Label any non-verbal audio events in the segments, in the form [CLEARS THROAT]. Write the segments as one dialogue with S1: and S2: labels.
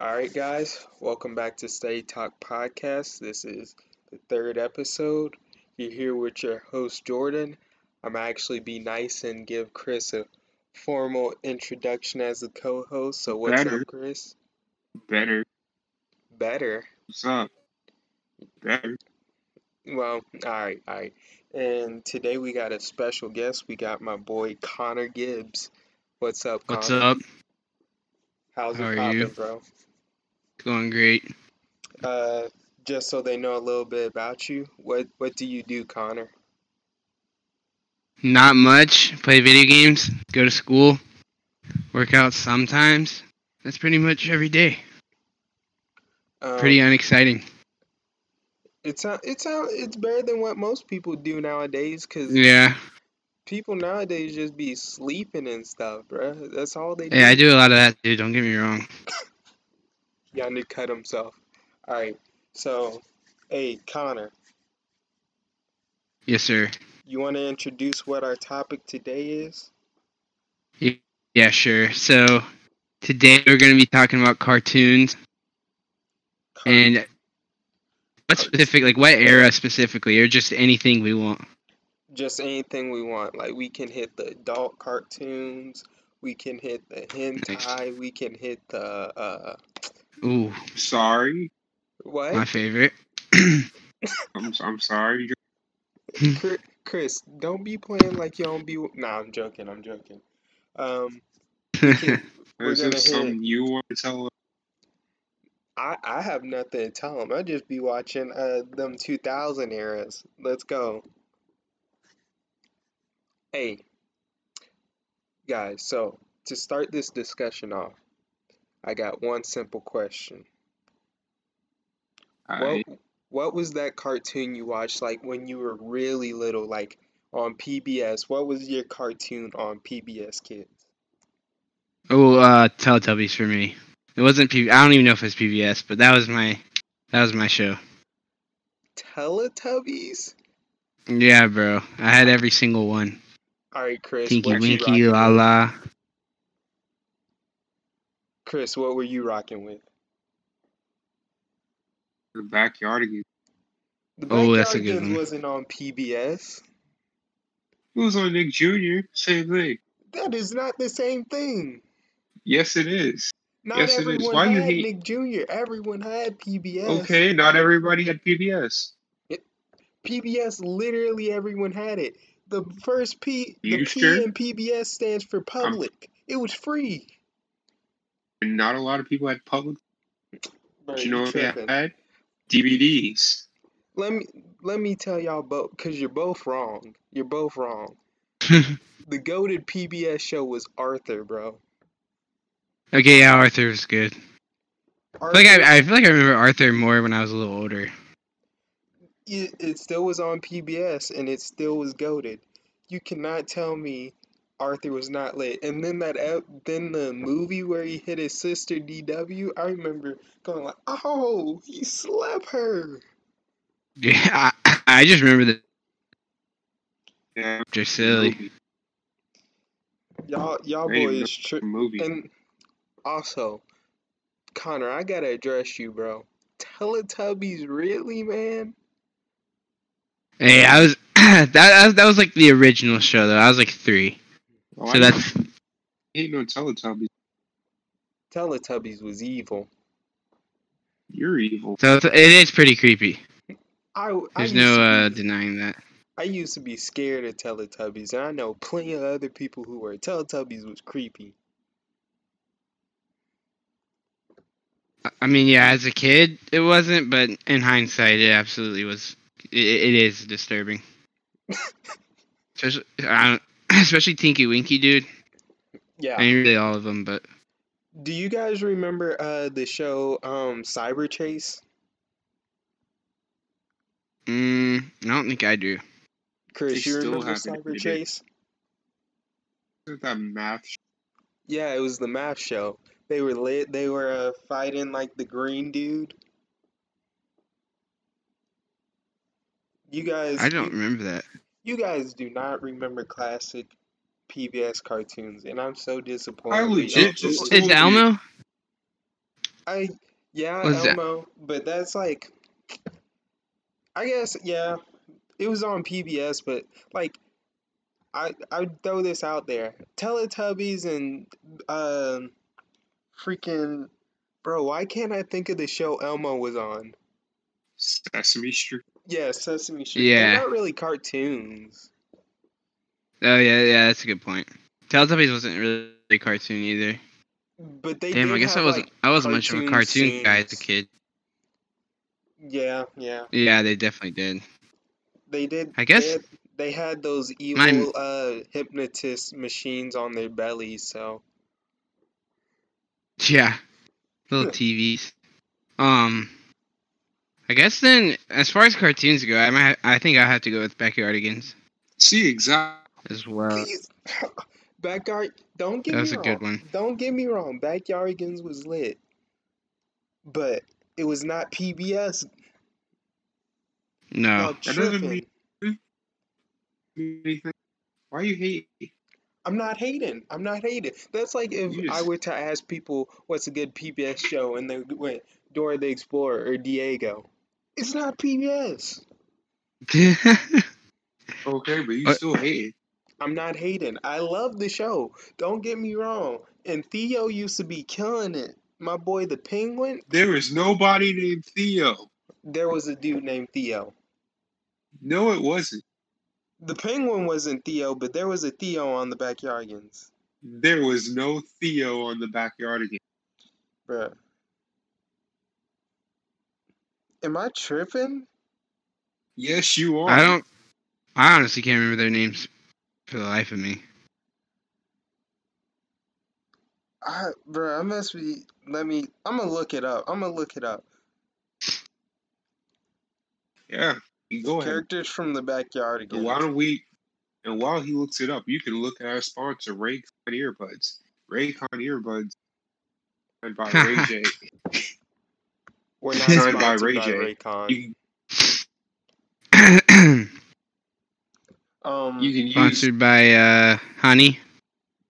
S1: All right, guys, welcome back to Study Talk Podcast. This is the third episode. You're here with your host, Jordan. I'm gonna actually be nice and give Chris a formal introduction as a co host. So, what's
S2: Better.
S1: up, Chris?
S2: Better.
S1: Better.
S2: What's up? Better.
S1: Well, all right, all right. And today we got a special guest. We got my boy, Connor Gibbs. What's up, Connor?
S3: What's up?
S1: How's
S3: How
S1: it
S3: are
S1: poppin',
S3: you?
S1: bro?
S3: Going great.
S1: Uh, just so they know a little bit about you, what what do you do, Connor?
S3: Not much. Play video games. Go to school. Work out sometimes. That's pretty much every day.
S1: Um,
S3: Pretty unexciting.
S1: It's a- it's a- it's better than what most people do nowadays, cause
S3: Yeah.
S1: people nowadays just be sleeping and stuff, bruh. That's all they
S3: Yeah, I
S1: do.
S3: do a lot of that too. Don't get me wrong.
S1: He undercut himself. All right, so, hey, Connor,
S3: Yes, sir.
S1: you want to introduce what our topic today is?
S3: Yeah, sure. So today we're going to be talking about cartoons
S1: Con-
S3: and what specific, like what era specifically, or just anything we want.
S1: just anything we want. Like we can hit the adult cartoons, we can hit the hentai, we can hit the uh
S3: Ooh,
S2: Sorry.
S1: what?
S3: my favorite.
S2: I'm I'm sorry.
S1: Cr- Chris, don't be playing like you don't be. Nah, I'm joking. I'm joking. Um,
S3: [LAUGHS]
S1: We're
S2: Is
S1: gonna
S2: there
S1: hit-
S2: something you want to tell us?
S1: I I have nothing to tell him. I just be watching uh them 2000 eras. Let's go. Hey, guys. So to start this discussion off, I got one simple question.
S2: I, uh,
S1: What what was that cartoon you watched like when you were really little, like on PBS? What was your cartoon on PBS Kids?
S3: Oh, uh, Teletubbies for me. It wasn't P. I don't even know if it was PBS, but that was my that was my show.
S1: Teletubbies?
S3: Yeah, bro. I had every single one.
S1: All right, Chris,
S3: Tinky
S1: what you
S3: Winky La
S1: rocking with?
S3: La.
S1: Chris, what were you rocking with?
S2: the backyard again.
S1: The
S3: Oh, that's a
S1: Backyard
S3: good
S1: Kids
S3: one.
S1: wasn't on PBS.
S2: It was on Nick Jr. Same thing.
S1: That is not the same thing.
S2: Yes, it is.
S1: Not
S2: Yes, it is.
S1: everyone
S2: Why you
S1: had
S2: hate-
S1: Nick Jr. Everyone had PBS.
S2: Okay, not everybody had PBS.
S1: PBS, literally everyone had it. The first P, the
S2: You
S1: P
S2: sure?
S1: in PBS stands for public. It was free.
S2: And not a lot of people had public.
S1: Bro,
S2: you know what they
S1: tripping.
S2: had? DVDs.
S1: Let me let me tell y'all both, cause you're both wrong. You're both
S2: [LAUGHS]
S1: wrong. The goaded PBS show was Arthur, bro.
S3: okay, yeah, Arthur was good. I
S1: Arthur,
S3: feel like I, I feel like I remember Arthur more when I was a little older. [LAUGHS]
S1: it, it still was on PBS and it still was goaded. You cannot tell me Arthur was not lit. And then that ep- then the movie where he hit his sister DW, I remember going like, "Oh, he slept her."
S3: Yeah, I, I just remember that
S2: Yeah,
S3: they're silly.
S2: movie,
S1: Y'all y'all
S2: Hey, no.
S1: boys tri-
S2: movie.
S1: and also Connor, I got to address you, bro. Teletubbies really, man?
S3: Hey, I was [CLEARS THROAT] that, that that was like the original show though. I was like three,
S2: Oh, I
S3: so that's
S2: hate no Teletubbies.
S1: Teletubbies was evil.
S2: You're evil.
S3: so it's, it is pretty creepy.
S1: I, I
S3: There's
S1: used to
S3: no uh,
S1: be-
S3: denying that.
S1: I used to be scared of Teletubbies, and I know plenty of other people who were. Teletubbies was creepy.
S3: I- I mean, yeah, as a kid, it wasn't, but in hindsight, it absolutely was. It, it is
S1: [LAUGHS]
S3: disturbing. especially, I don't, [CLEARS THROAT] especially Tinky Winky, dude.
S1: Yeah.
S3: I mean, really all of them, but
S1: Do you guys remember uh the show um Cyber Chase?
S3: mm, I don't think I do.
S1: Chris,
S2: They
S1: you
S2: still
S1: remember
S2: haven't
S1: Cyber
S2: ended.
S1: Chase?
S2: That math. sh-
S1: Yeah, it was the math show. They were lit. They were uh, fighting like the green dude. You guys,
S3: I don't remember that.
S1: You, you guys do not remember classic PBS cartoons, and I'm so disappointed.
S2: I
S1: with y'all.
S2: legit just
S3: Is
S2: told you.
S3: Elmo?
S1: I yeah,
S3: Was that-
S1: Elmo, but that's like I guess yeah, it was on PBS, but like I I would throw this out there. Teletubbies and um freaking bro, why can't I think of the show Elmo was on?
S2: Sesame Street.
S1: Yeah, Sesame Street. They're
S3: Yeah.
S1: not really cartoons.
S3: Oh yeah, yeah, that's a good point. Teletubbies wasn't really a cartoon either.
S1: But they
S3: Damn,
S1: did
S3: I guess I
S1: have,
S3: wasn't
S1: like-
S3: I wasn't much of a
S1: cartoon
S3: cartoon guy as a
S1: scenes.
S3: kid.
S1: yeah, yeah.
S3: Yeah, they definitely did. [LAUGHS]
S1: They did
S3: I guess-
S1: they had, they had those evil
S3: Mine-
S1: uh hypnotist machines on their bellies, so
S3: Yeah, little TVs. Um, I guess then, as far as cartoons go, I might I think I have to go with Backyardigans
S2: See, exactly.
S3: as well.
S1: Please. [LAUGHS] Backyard. Don't get
S3: That
S1: me
S3: was Uh, a
S1: wrong.
S3: good one.
S1: Don't get me wrong. Backyardigans was lit, but it was not PBS.
S3: No,
S1: Y'all
S3: [LAUGHS]
S2: that doesn't
S1: tripping.
S2: Anything? Why you hate?
S1: I'm not hating. I'm not hating. That's like if
S2: You
S1: I
S2: just-
S1: were to ask people what's a good PBS show, and they went Dora the Explorer or Diego. It's not PBS.
S2: Okay, but you
S3: Uh,
S2: still hate.
S1: I'm not hating. I love the show. Don't get me wrong. And Theo used to be killing it. My boy, the Penguin.
S2: There is nobody named Theo.
S1: There was a dude named Theo.
S2: No, it wasn't.
S1: The penguin wasn't Theo, but there was a Theo on the Backyardigans,
S2: There was no Theo on the backyard again.
S1: bruh. Am I tripping?
S2: Yes, you are.
S3: I don't. I honestly can't remember their names for the life of me. [CLEARS THROAT]
S1: I, bruh, I must be. Let me. I'm gonna look it up. I'm gonna look it up.
S2: Yeah, go ahead.
S1: Characters from the Backyardigans.
S2: And why don't we? And while he looks it up, you can look at our sponsor, Raycon earbuds. Raycon earbuds, and by Ray J.
S3: [LAUGHS]
S1: We're not
S2: Signed by
S1: sponsored
S2: Ray
S1: by
S2: J.
S1: Raycon.
S2: You,
S1: Um,
S2: you can use.
S3: Sponsored by uh, Honey.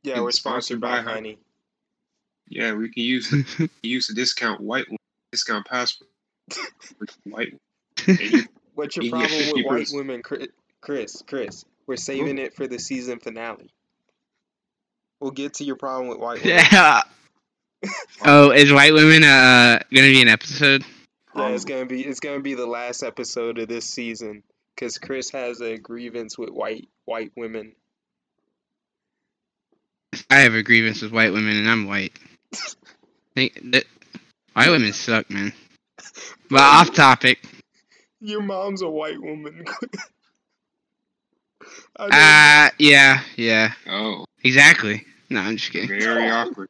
S1: yeah, we're sponsored
S2: sponsored
S1: by
S2: by Honey.
S1: Honey.
S2: Yeah, we can use
S3: [LAUGHS]
S2: use the discount white one, discount password. [LAUGHS]
S3: [LAUGHS]
S2: white. One, and you,
S1: What's your
S2: You
S1: problem
S2: get
S1: with white
S2: 50%.
S1: women, Chris? Chris, Chris, we're saving it for the season finale. We'll get to your problem with
S3: [LAUGHS]
S1: white women.
S3: yeah. Oh, is white women uh gonna be an episode?
S1: Yeah, it's gonna be it's gonna be the last episode of this season because Chris has a grievance with white white women.
S3: I have a grievance with white women, and I'm white. Think that white women suck, man. But off topic.
S1: Your mom's a white woman. [LAUGHS] I don't-
S3: Uh, yeah, yeah,
S2: oh,
S3: exactly. No, I'm just kidding.
S2: very awkward.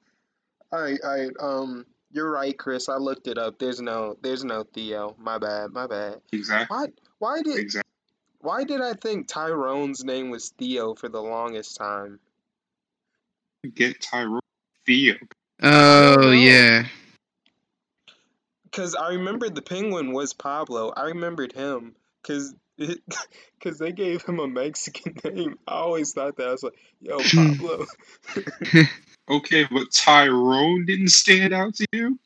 S1: all right, all right. Um, you're right, Chris. I looked it up. There's no there's no Theo. My bad. My bad.
S2: Exactly.
S1: Why why did
S2: Exactly.
S1: why did I think Tyrone's name was Theo for the longest time?
S2: Get Tyrone Theo.
S3: Oh yeah,
S1: Because I remembered the penguin was Pablo. I remembered him. Because [LAUGHS] cause they gave him a Mexican [LAUGHS] name. I always thought that. I was like,
S2: [LAUGHS]
S1: yo, Pablo.
S2: Okay, but Tyrone didn't stand out to you.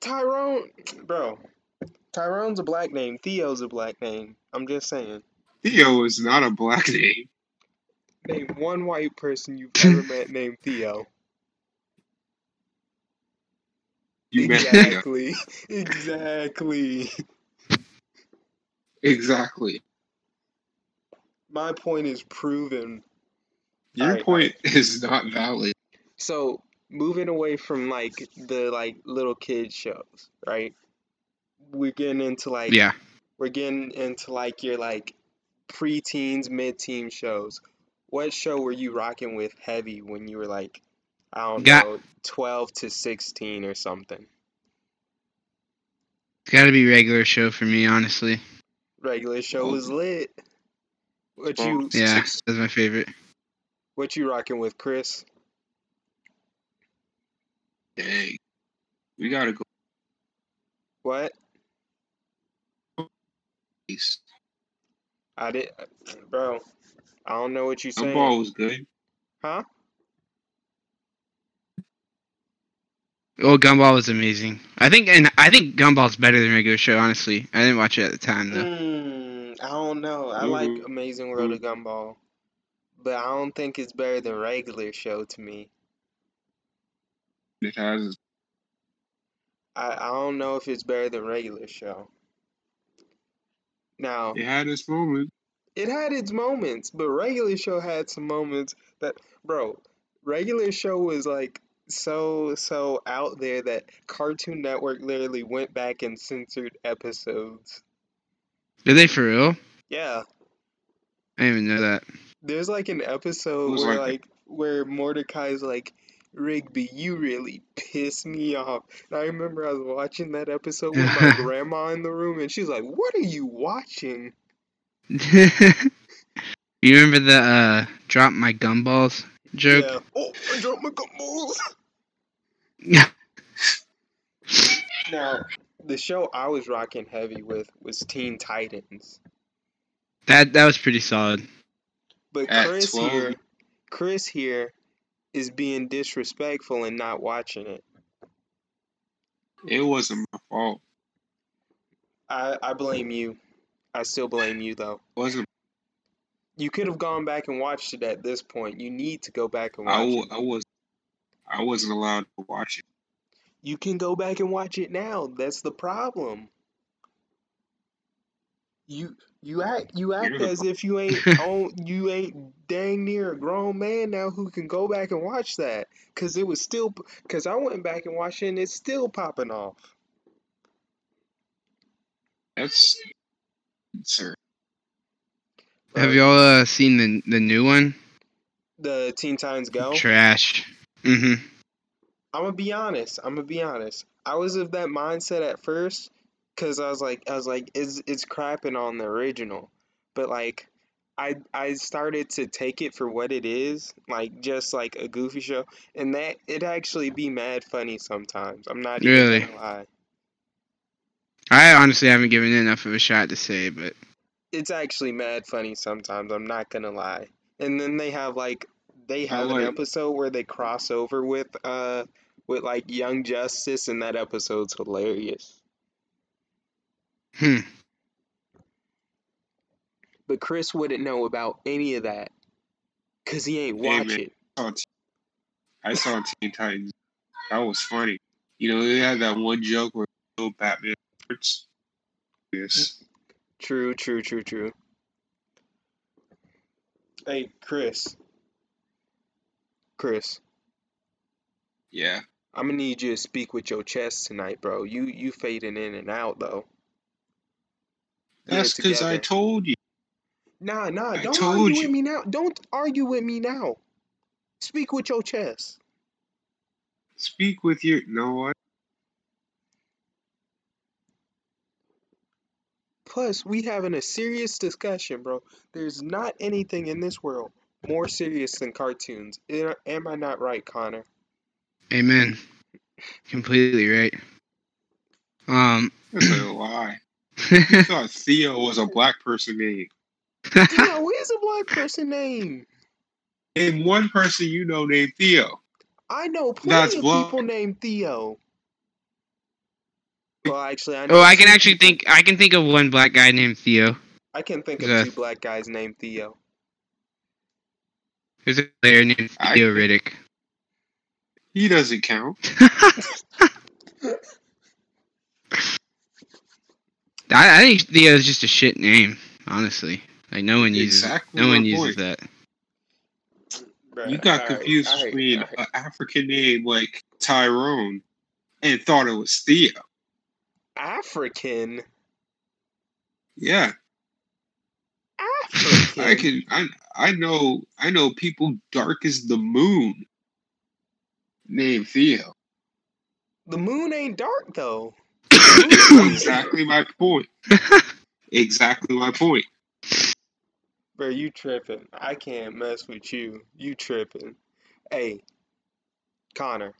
S1: Tyrone. Bro. Tyrone's a black name. Theo's a black name. I'm just saying.
S2: Theo is not
S1: [LAUGHS]
S2: a black name.
S1: Name one white person
S2: [LAUGHS]
S1: you've ever met named Theo.
S2: You met Theo.
S1: exactly. [LAUGHS] exactly.
S2: Exactly.
S1: My point is proven.
S2: Your
S1: Alright,
S2: point is not valid.
S1: So moving away from like the like little kid shows, right? We're getting into like
S3: yeah.
S1: we're getting into like your like pre-teens, mid-teen shows. What show were you rocking with heavy when you were like, I don't
S3: Got-
S1: know, 12 to 16 or something?
S3: It's gotta be regular show for me, honestly.
S1: Regular show was lit. What
S2: Well,
S1: you
S3: Oh, Yeah,
S2: Six-
S3: that's my favorite.
S1: what you rocking with, Chris?
S2: Dang. We gotta go.
S1: What?
S2: Ace.
S1: I did, bro. I don't know what you
S2: That
S1: saying.
S2: ball was good.
S1: Huh?
S3: Well, Gumball was amazing. I think, and I think Gumball's better than regular show. Honestly, I didn't watch it at the time though.
S1: Mm, I don't know. I like Amazing World of Gumball, but I don't think it's better than regular show to me.
S2: It has
S1: I, I don't know if it's better than regular show. Now
S2: it had its moment.
S1: it had its moments, but regular show had some moments that bro, regular show was like so so out there that Cartoon Network literally went back and censored episodes.
S3: Are they for real?
S1: Yeah.
S3: I didn't even know that.
S1: There's like an
S2: It
S1: episode
S2: was
S1: where
S2: like-
S1: like where Mordecai's like, Rigby, you really piss me off. And I remember I was watching that episode with
S2: [LAUGHS]
S1: my grandma in the room and she's like, What are you watching?
S3: [LAUGHS] you remember the uh, drop my gumballs joke?
S1: Yeah. Oh, I dropped my gumballs.
S3: Yeah.
S1: Now the show I was rocking heavy with was Teen Titans.
S3: that that was pretty solid.
S1: But
S2: At
S1: Chris
S2: 12.
S1: here Chris here is being disrespectful and not watching it.
S2: It wasn't my fault.
S1: I, I blame you. I still blame you though.
S2: It wasn't.
S1: You could have gone back and watched it at this point. You need to go back and
S2: I,
S1: watch
S2: wa-
S1: it.
S2: I was. I wasn't allowed to watch it.
S1: You can go back and watch it now. That's the problem. You you act you act
S2: the
S1: as if you ain't on you ain't dang near a grown man now who can go back and watch that because it was still because I went back and watched it and it's still popping off.
S2: That's sir.
S3: Have y'all uh, seen the the new one?
S1: the Teen Titans Go?
S3: Trash. hmm
S1: I'm gonna be honest. I'm gonna be honest. I was of that mindset at first because I was like, I was like, it's it's crapping on the original, but like, I I started to take it for what it is, like just like a goofy show, and that it actually be mad funny sometimes. I'm not even
S3: Really?
S1: gonna lie.
S3: I honestly haven't given it enough of a shot to say, but
S1: It's actually mad funny sometimes. I'm not gonna lie. And then they have like they
S2: I
S1: have an
S2: like-
S1: episode where they cross over with uh with like Young Justice, and that episode's hilarious.
S3: hmm.
S1: But Chris wouldn't know about any of that because he ain't
S2: Hey,
S1: watch
S2: man.
S1: it.
S2: I saw, Te- I saw Teen Titans. That was funny. You know, they had that one joke where little Batman hurts. Yes.
S1: True, true, true, true. Hey, Chris. Chris,
S2: Yeah.
S1: I'm gonna need you to speak with your chest tonight, bro. You you fading in and out though. Get it
S2: That's because I
S1: together.
S2: told you.
S1: Nah, nah.
S2: I
S1: Don't
S2: told
S1: argue
S2: you.
S1: with me now. Don't argue with me now. Speak with your chest.
S2: Speak with your. No, what?
S1: Plus, we having a serious discussion, bro. There's not anything in this world more serious than cartoons. Am am I not right, Connor?
S2: [LAUGHS]
S3: Amen. Completely right. Um. [LAUGHS]
S2: That's a lie. I thought Theo was a black person name.
S1: Theo is a black person name.
S2: Name one person you know named Theo.
S1: I know plenty
S2: That's
S1: of
S2: what-
S1: people named Theo. Well, actually, I know
S3: oh, I can
S1: two
S3: actually
S1: people-
S3: think. I can think of one black guy named Theo.
S1: I can think of
S3: Yeah.
S1: two black guys named Theo.
S3: There's a player named
S2: I-
S3: Theo Riddick.
S2: He doesn't count.
S3: I, I think Theo is just a shit name, honestly. Like no one uses
S2: Exactly
S3: no
S2: my
S3: one uses
S2: point.
S3: that.
S1: Bruh,
S2: You got
S1: alright,
S2: confused
S1: alright,
S2: between uh,
S1: alright.
S2: an African name like Tyrone and thought it was Theo.
S1: African.
S2: Yeah,
S1: African.
S2: [LAUGHS] I can. I I know. I know people dark as the moon. Named Theo.
S1: The moon ain't dark
S2: [COUGHS]
S1: though.
S2: exactly my point. Exactly my point.
S1: Bro, you tripping. I can't mess with you. You tripping. Hey, Connor,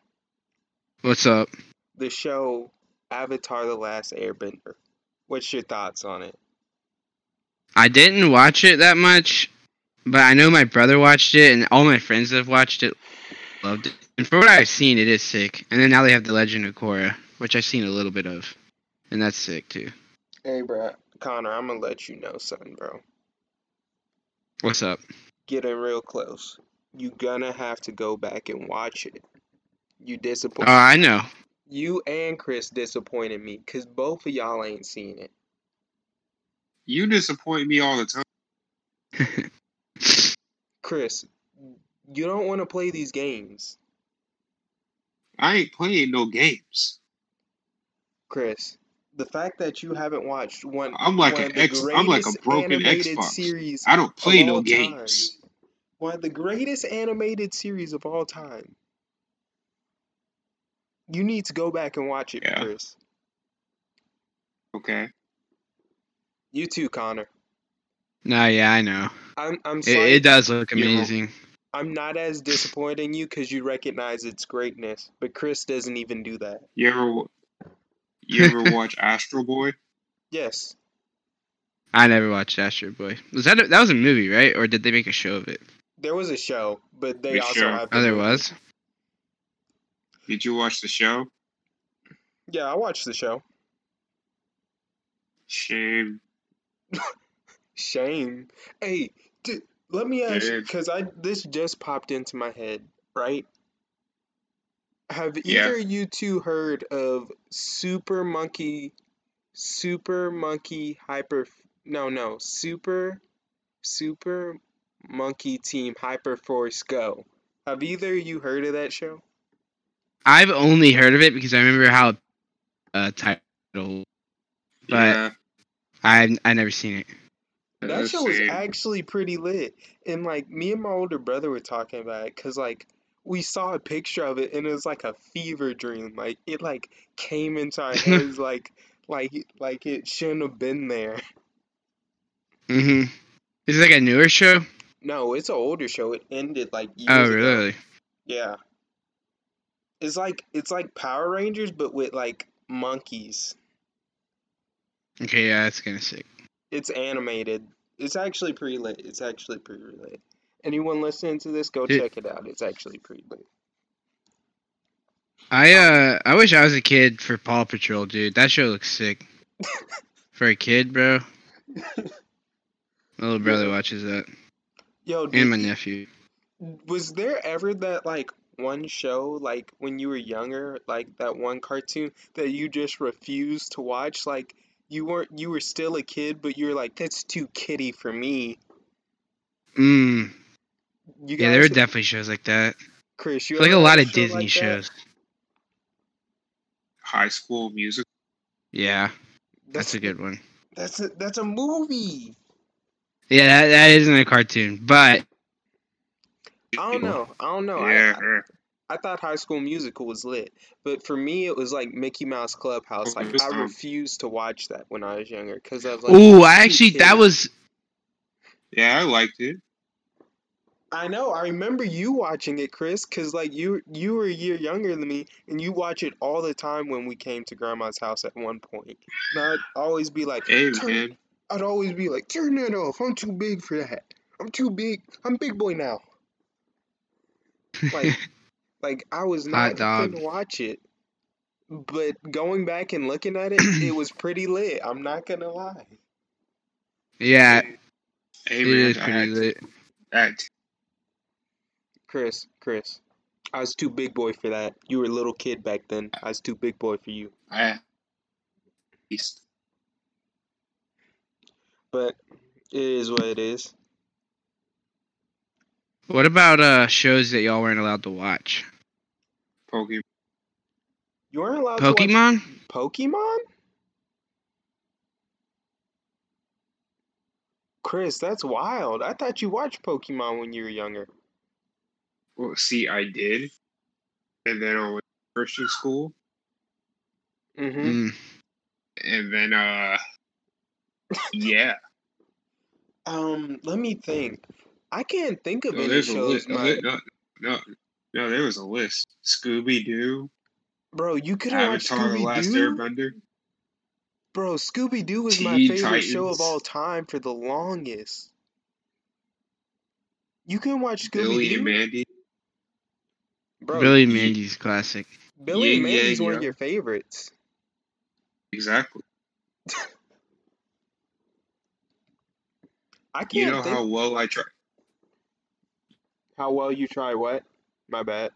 S3: What's up?
S1: the show Avatar The Last Airbender. What's your thoughts on it?
S3: I didn't watch it that much, but I know my brother watched it and all my friends that have watched it loved it. And from what I've seen, it is sick. And then now they have the Legend of Korra, which I've seen a little bit of, and that's sick too.
S1: Hey, bro, Connor, I'm gonna let you know something, bro.
S3: What's up?
S1: Getting real close. You gonna have to go back and watch it. You
S3: Oh,
S1: disappoint
S3: I know.
S1: you and Chris disappointed me because both of y'all ain't seen it.
S2: You disappoint me all the time.
S1: Chris, you don't want to play these games.
S2: I ain't playing no games.
S1: Chris, the fact that you haven't watched one,
S2: I'm like
S1: one
S2: an
S1: of the
S2: ex. I'm like a
S1: greatest
S2: broken
S1: animated
S2: Xbox.
S1: series
S2: I don't play
S1: of
S2: no
S1: all
S2: games.
S1: time. One of the greatest animated series of all time. You need to go back and watch it,
S2: Yeah.
S1: Chris.
S2: Okay.
S1: You too, Connor.
S3: no, yeah, I know.
S1: I'm I'm
S3: It,
S1: sorry.
S3: it does look
S2: You know.
S3: amazing.
S1: I'm not as disappointed in you because you recognize its greatness, but Chris doesn't even do that.
S2: You ever wa- you ever watch Astro Boy?
S1: Yes,
S3: I never watched Astro Boy. Was that a, that was a movie, right? Or did they make a show of it?
S1: there was a show, but they
S2: The
S1: also
S2: show.
S1: have. the
S3: Oh, there
S1: movie.
S3: was.
S2: Did you watch the show?
S1: Yeah, I watched the show.
S2: Shame.
S1: Shame. Hey, d- let me ask you
S2: Dave.
S1: because I this just popped into my head. Right? Have
S2: Yeah.
S1: either of you two heard of Super Monkey, Super Monkey Hyper? No, no, Super Super Monkey Team Hyper Force Go. Have either of you heard of that show?
S3: I've only heard of it because I remember how uh title. But-
S2: Yeah.
S3: I I never seen it.
S1: That
S2: uh,
S1: show was
S2: shame.
S1: actually pretty lit. And like me and my older brother were talking about it because like we saw a picture of it and it was like a fever dream. Like it like came into
S3: [LAUGHS]
S1: our heads like like like it shouldn't have been there. [LAUGHS]
S3: Mhm. Is it like a newer show?
S1: No, it's an older show. It ended like
S3: Oh,
S1: years ago.
S3: really?
S1: Yeah. It's like it's like Power Rangers but with like monkeys.
S3: Okay, yeah, that's kind of sick.
S1: It's animated. It's actually pretty lit. It's actually pretty lit. Anyone listening to this, go
S3: Dude.
S1: check it out. It's actually pretty lit.
S3: I uh I wish I was a kid for Paw Patrol, dude. That show looks sick.
S1: [LAUGHS]
S3: For a kid, bro. My little brother
S1: Yeah.
S3: watches that.
S1: Yo, dude,
S3: And my nephew.
S1: Was there ever that like one show like when you were younger, like that one cartoon that you just refused to watch? Like you weren't you were still a kid, but you were like, that's too kiddie for me.
S3: Mm.
S1: You
S3: Yeah, there were
S1: guys,
S3: definitely shows like that.
S1: Chris, you
S3: Like a
S1: ever had
S3: lot
S1: a
S3: of
S1: show
S3: Disney
S1: like that?
S3: shows.
S2: High School Music.
S3: Yeah, that's
S1: That's
S3: a good one.
S1: that's a, that's a movie.
S3: Yeah, that, that isn't a cartoon, but
S1: I don't know. I don't know. I,
S2: Yeah.
S1: I I thought High School Musical was lit, but for me it was like Mickey Mouse Clubhouse. Like
S2: This
S1: I
S2: time.
S1: refused to watch that when I was younger because I was like, "That's
S3: oh, I
S1: too
S3: actually that
S1: kiddie."
S3: was
S2: Yeah, I liked it.
S1: I know. I remember you watching it, Chris, because like you you were a year younger than me, and you watch it all the time when we came to Grandma's house at one point. And I'd always be like,
S2: Hey
S1: turn.
S2: man.
S1: I'd always be like, turn that off. I'm too big for that. I'm too big. I'm big boy now.
S3: [LAUGHS]
S1: Like like I was
S3: hot
S1: not
S3: dog.
S1: finna watch it, but going back and looking at it,
S3: [CLEARS THROAT]
S1: it was pretty lit. I'm not gonna lie.
S3: Yeah,
S2: Hey
S3: it is
S2: man. I
S3: pretty
S2: had,
S3: lit.
S2: I had
S1: Chris, Chris, I was too big boy for that. You were a little kid back then. I was too big boy for you.
S2: I had East.
S1: But it is what it is.
S3: What about uh shows that y'all weren't allowed to watch?
S2: Pokemon.
S1: You weren't allowed to watch
S3: Pokemon?
S1: Pokemon? Chris, that's wild. I thought you watched Pokemon when you were younger.
S2: Well, see, I did, and then I went to Christian school,
S1: Mm-hmm.
S3: Mm.
S2: and then uh, yeah.
S3: [LAUGHS]
S1: Um, let me think. I can't think of
S2: No,
S1: any
S2: there's a
S1: shows
S2: list.
S1: my
S2: No, no, no, there was a list. Scooby Doo,
S1: bro, you couldn't watch
S2: Avatar: The
S1: Scooby
S2: Last
S1: Doo?
S2: Airbender,
S1: Bro, Scooby Doo was my
S2: Teen
S1: favorite show of all
S2: Titans,
S1: time for the longest. You couldn't watch Scooby
S2: Billy and
S1: Doo?
S2: Mandy.
S1: Bro,
S3: Billy Mandy's classic.
S1: Billy
S2: Yeah,
S1: and Mandy's
S2: yeah,
S1: one of
S2: yeah.
S1: your favorites.
S2: Exactly.
S1: I can't
S2: You know
S1: think
S2: how well I try.
S1: how well you try what? My bad.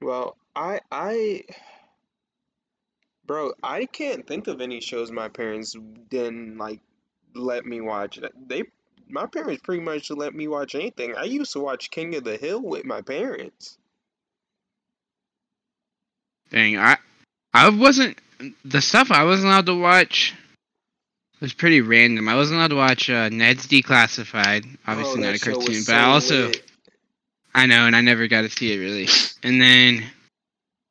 S1: Well, I I [SIGHS] bro, I can't think of any shows my parents didn't like let me watch. They my parents pretty much let me watch anything. I used to watch King of the Hill with my parents.
S3: Dang, I I wasn't the stuff I wasn't allowed to watch was pretty random. I wasn't allowed to watch uh, Ned's Declassified,
S1: Bro, Oh,
S3: obviously not
S1: that
S3: a
S1: show was
S3: cartoon, but
S1: so
S3: I also
S1: lit.
S3: I know, and I never got to see it really. And then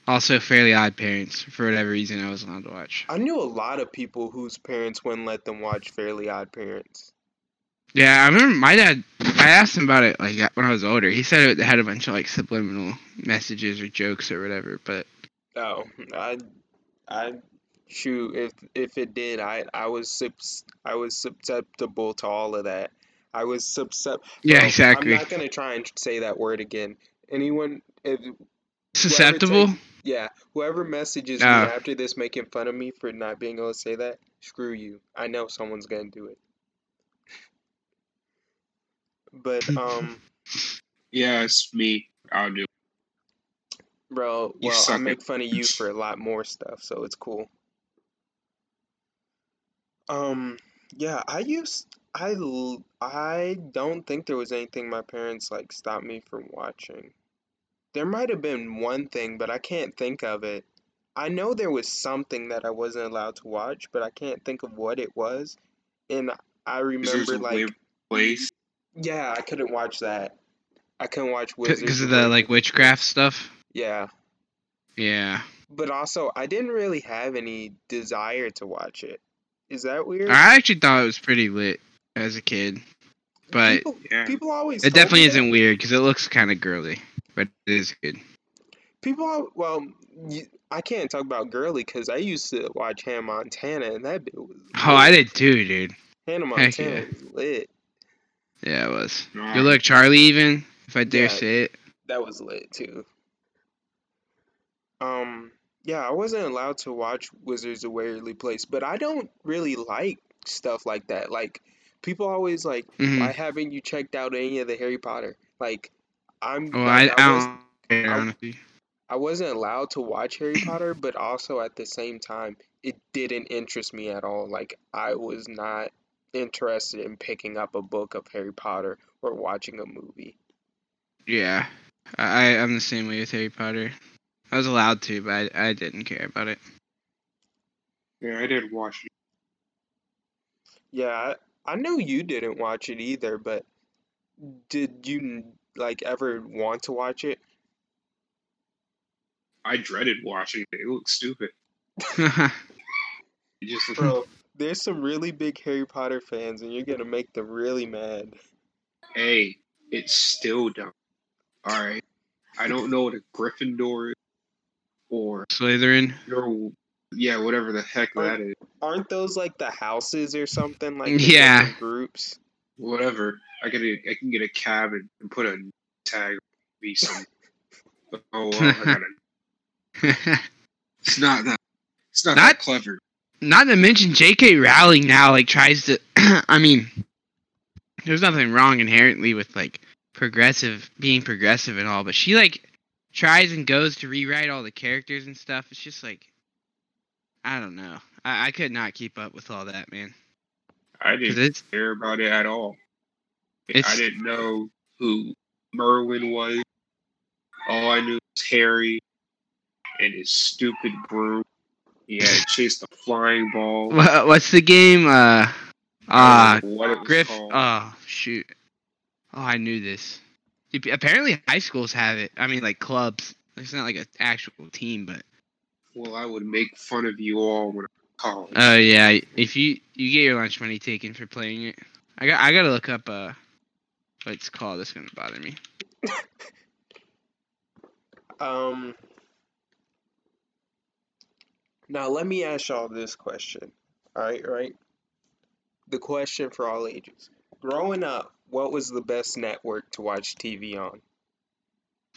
S3: also Fairly Odd Parents for whatever reason I was allowed to watch.
S1: I knew a lot of people whose parents wouldn't let them watch Fairly Odd Parents.
S3: Yeah, I remember my dad. I asked him about it like when I was older. He said it had a bunch of like subliminal messages or jokes or whatever. But
S1: Oh, I, I, shoot. If if it did, I I was subs I was susceptible to all of that. I was susceptible.
S3: yeah,
S1: I'm
S3: exactly.
S1: not gonna try and say that word again. Anyone, if,
S3: Susceptible.
S1: yeah, whoever messages me
S3: Oh.
S1: after this making fun of me for not being able to say that, screw you. I know someone's gonna do it. But
S3: [LAUGHS]
S1: um,
S2: Yeah, it's me. I'll do. it.
S1: bro,
S2: You
S1: well, I
S2: suck at
S1: make fun of you
S2: words.
S1: for a lot more stuff, so it's cool. Um, yeah, I used I l- I don't think there was anything my parents like stopped me from watching. There might have been one thing, but I can't think of it. I know there was something that I wasn't allowed to watch, but I can't think of what it was. And I
S2: Wizards
S1: remember
S2: of
S1: like,
S2: Waverly Place.
S1: yeah, I couldn't watch that. I couldn't watch Wizards
S3: Because of
S1: of
S3: the
S1: Waverly.
S3: like witchcraft stuff.
S1: Yeah.
S3: Yeah.
S1: But also, I didn't really have any desire to watch it. Is that weird?
S3: I actually thought it was pretty lit as a kid, but
S1: People
S2: Yeah.
S1: people always
S3: it
S1: told me
S3: definitely
S1: that.
S3: isn't weird because it looks kind of girly, but it is good.
S1: People, are- well, you, I can't talk about girly because I used to watch Hannah Montana, and that bit was
S3: Oh, I
S1: lit.
S3: did too, dude.
S1: Hannah
S3: heck
S1: Montana
S3: yeah.
S1: was lit.
S3: Yeah, it was.
S2: No,
S3: Good luck, Charlie. Even if I dare
S1: Yeah.
S3: say it.
S1: That was lit too. Um, yeah, I wasn't allowed to watch Wizards of Waverly Place, but I don't really like stuff like that. Like, people always like,
S3: hmm
S1: why haven't you checked out any of the Harry Potter? Like, I'm
S3: Well, Oh, I,
S1: like,
S3: I
S1: I was
S3: don't care,
S1: I-
S3: honestly.
S1: I wasn't allowed to watch Harry Potter, but also at the same time, it didn't interest me at all. Like, I was not interested in picking up a book of Harry Potter or watching a movie.
S3: Yeah, I I- I'm the same way with Harry Potter. I was allowed to, but I, I didn't care about it. [LAUGHS]
S2: Yeah, I did watch it.
S1: Yeah, I, I know you didn't watch it either, but did you like ever want to watch it?
S2: I dreaded watching it. It looked stupid. It just looked [LAUGHS]
S1: Bro, there's some really big Harry Potter fans, and you're gonna make them really mad.
S2: Hey, it's still dumb. All right. I don't know what a Gryffindor is or
S3: Slytherin. [LAUGHS]
S2: your yeah, whatever the heck that is.
S1: Aren't those like the houses or something? Like, the
S3: Yeah.
S1: different groups?
S2: Whatever. I can I can get a cab and, and put a tag be some. Oh well, I gotta, it's not that. It's not that
S3: Not-
S2: clever.
S3: Not to mention J.K. Rowling now like tries to. [CLEARS THROAT] I mean, there's nothing wrong inherently with like progressive being progressive and all, but she like tries and goes to rewrite all the characters and stuff. It's just like I don't know. I, I could not keep up with all that, man.
S2: I
S3: 'Cause
S2: didn't
S3: it's
S2: care about it at all. I
S3: It's-
S2: didn't know who Merlin was. All I knew was Harry and his stupid broom. He had chased a flying ball.
S3: wha- what's the game? Uh,
S2: I
S3: uh
S2: don't know what it was
S3: Griff.
S2: called.
S3: Oh shoot. Oh, I knew this. Ap- Apparently, high schools have it. I mean, like clubs. It's not like an actual team, but
S2: Well, I would make fun of you all when I called.
S3: oh yeah, if you you get your lunch money taken for playing it, I got I gotta look up uh what it's called. That's gonna bother me.
S1: Um, now let me ask y'all this question. All right, right? The question for all ages. Growing up, what was the best network to watch TV on?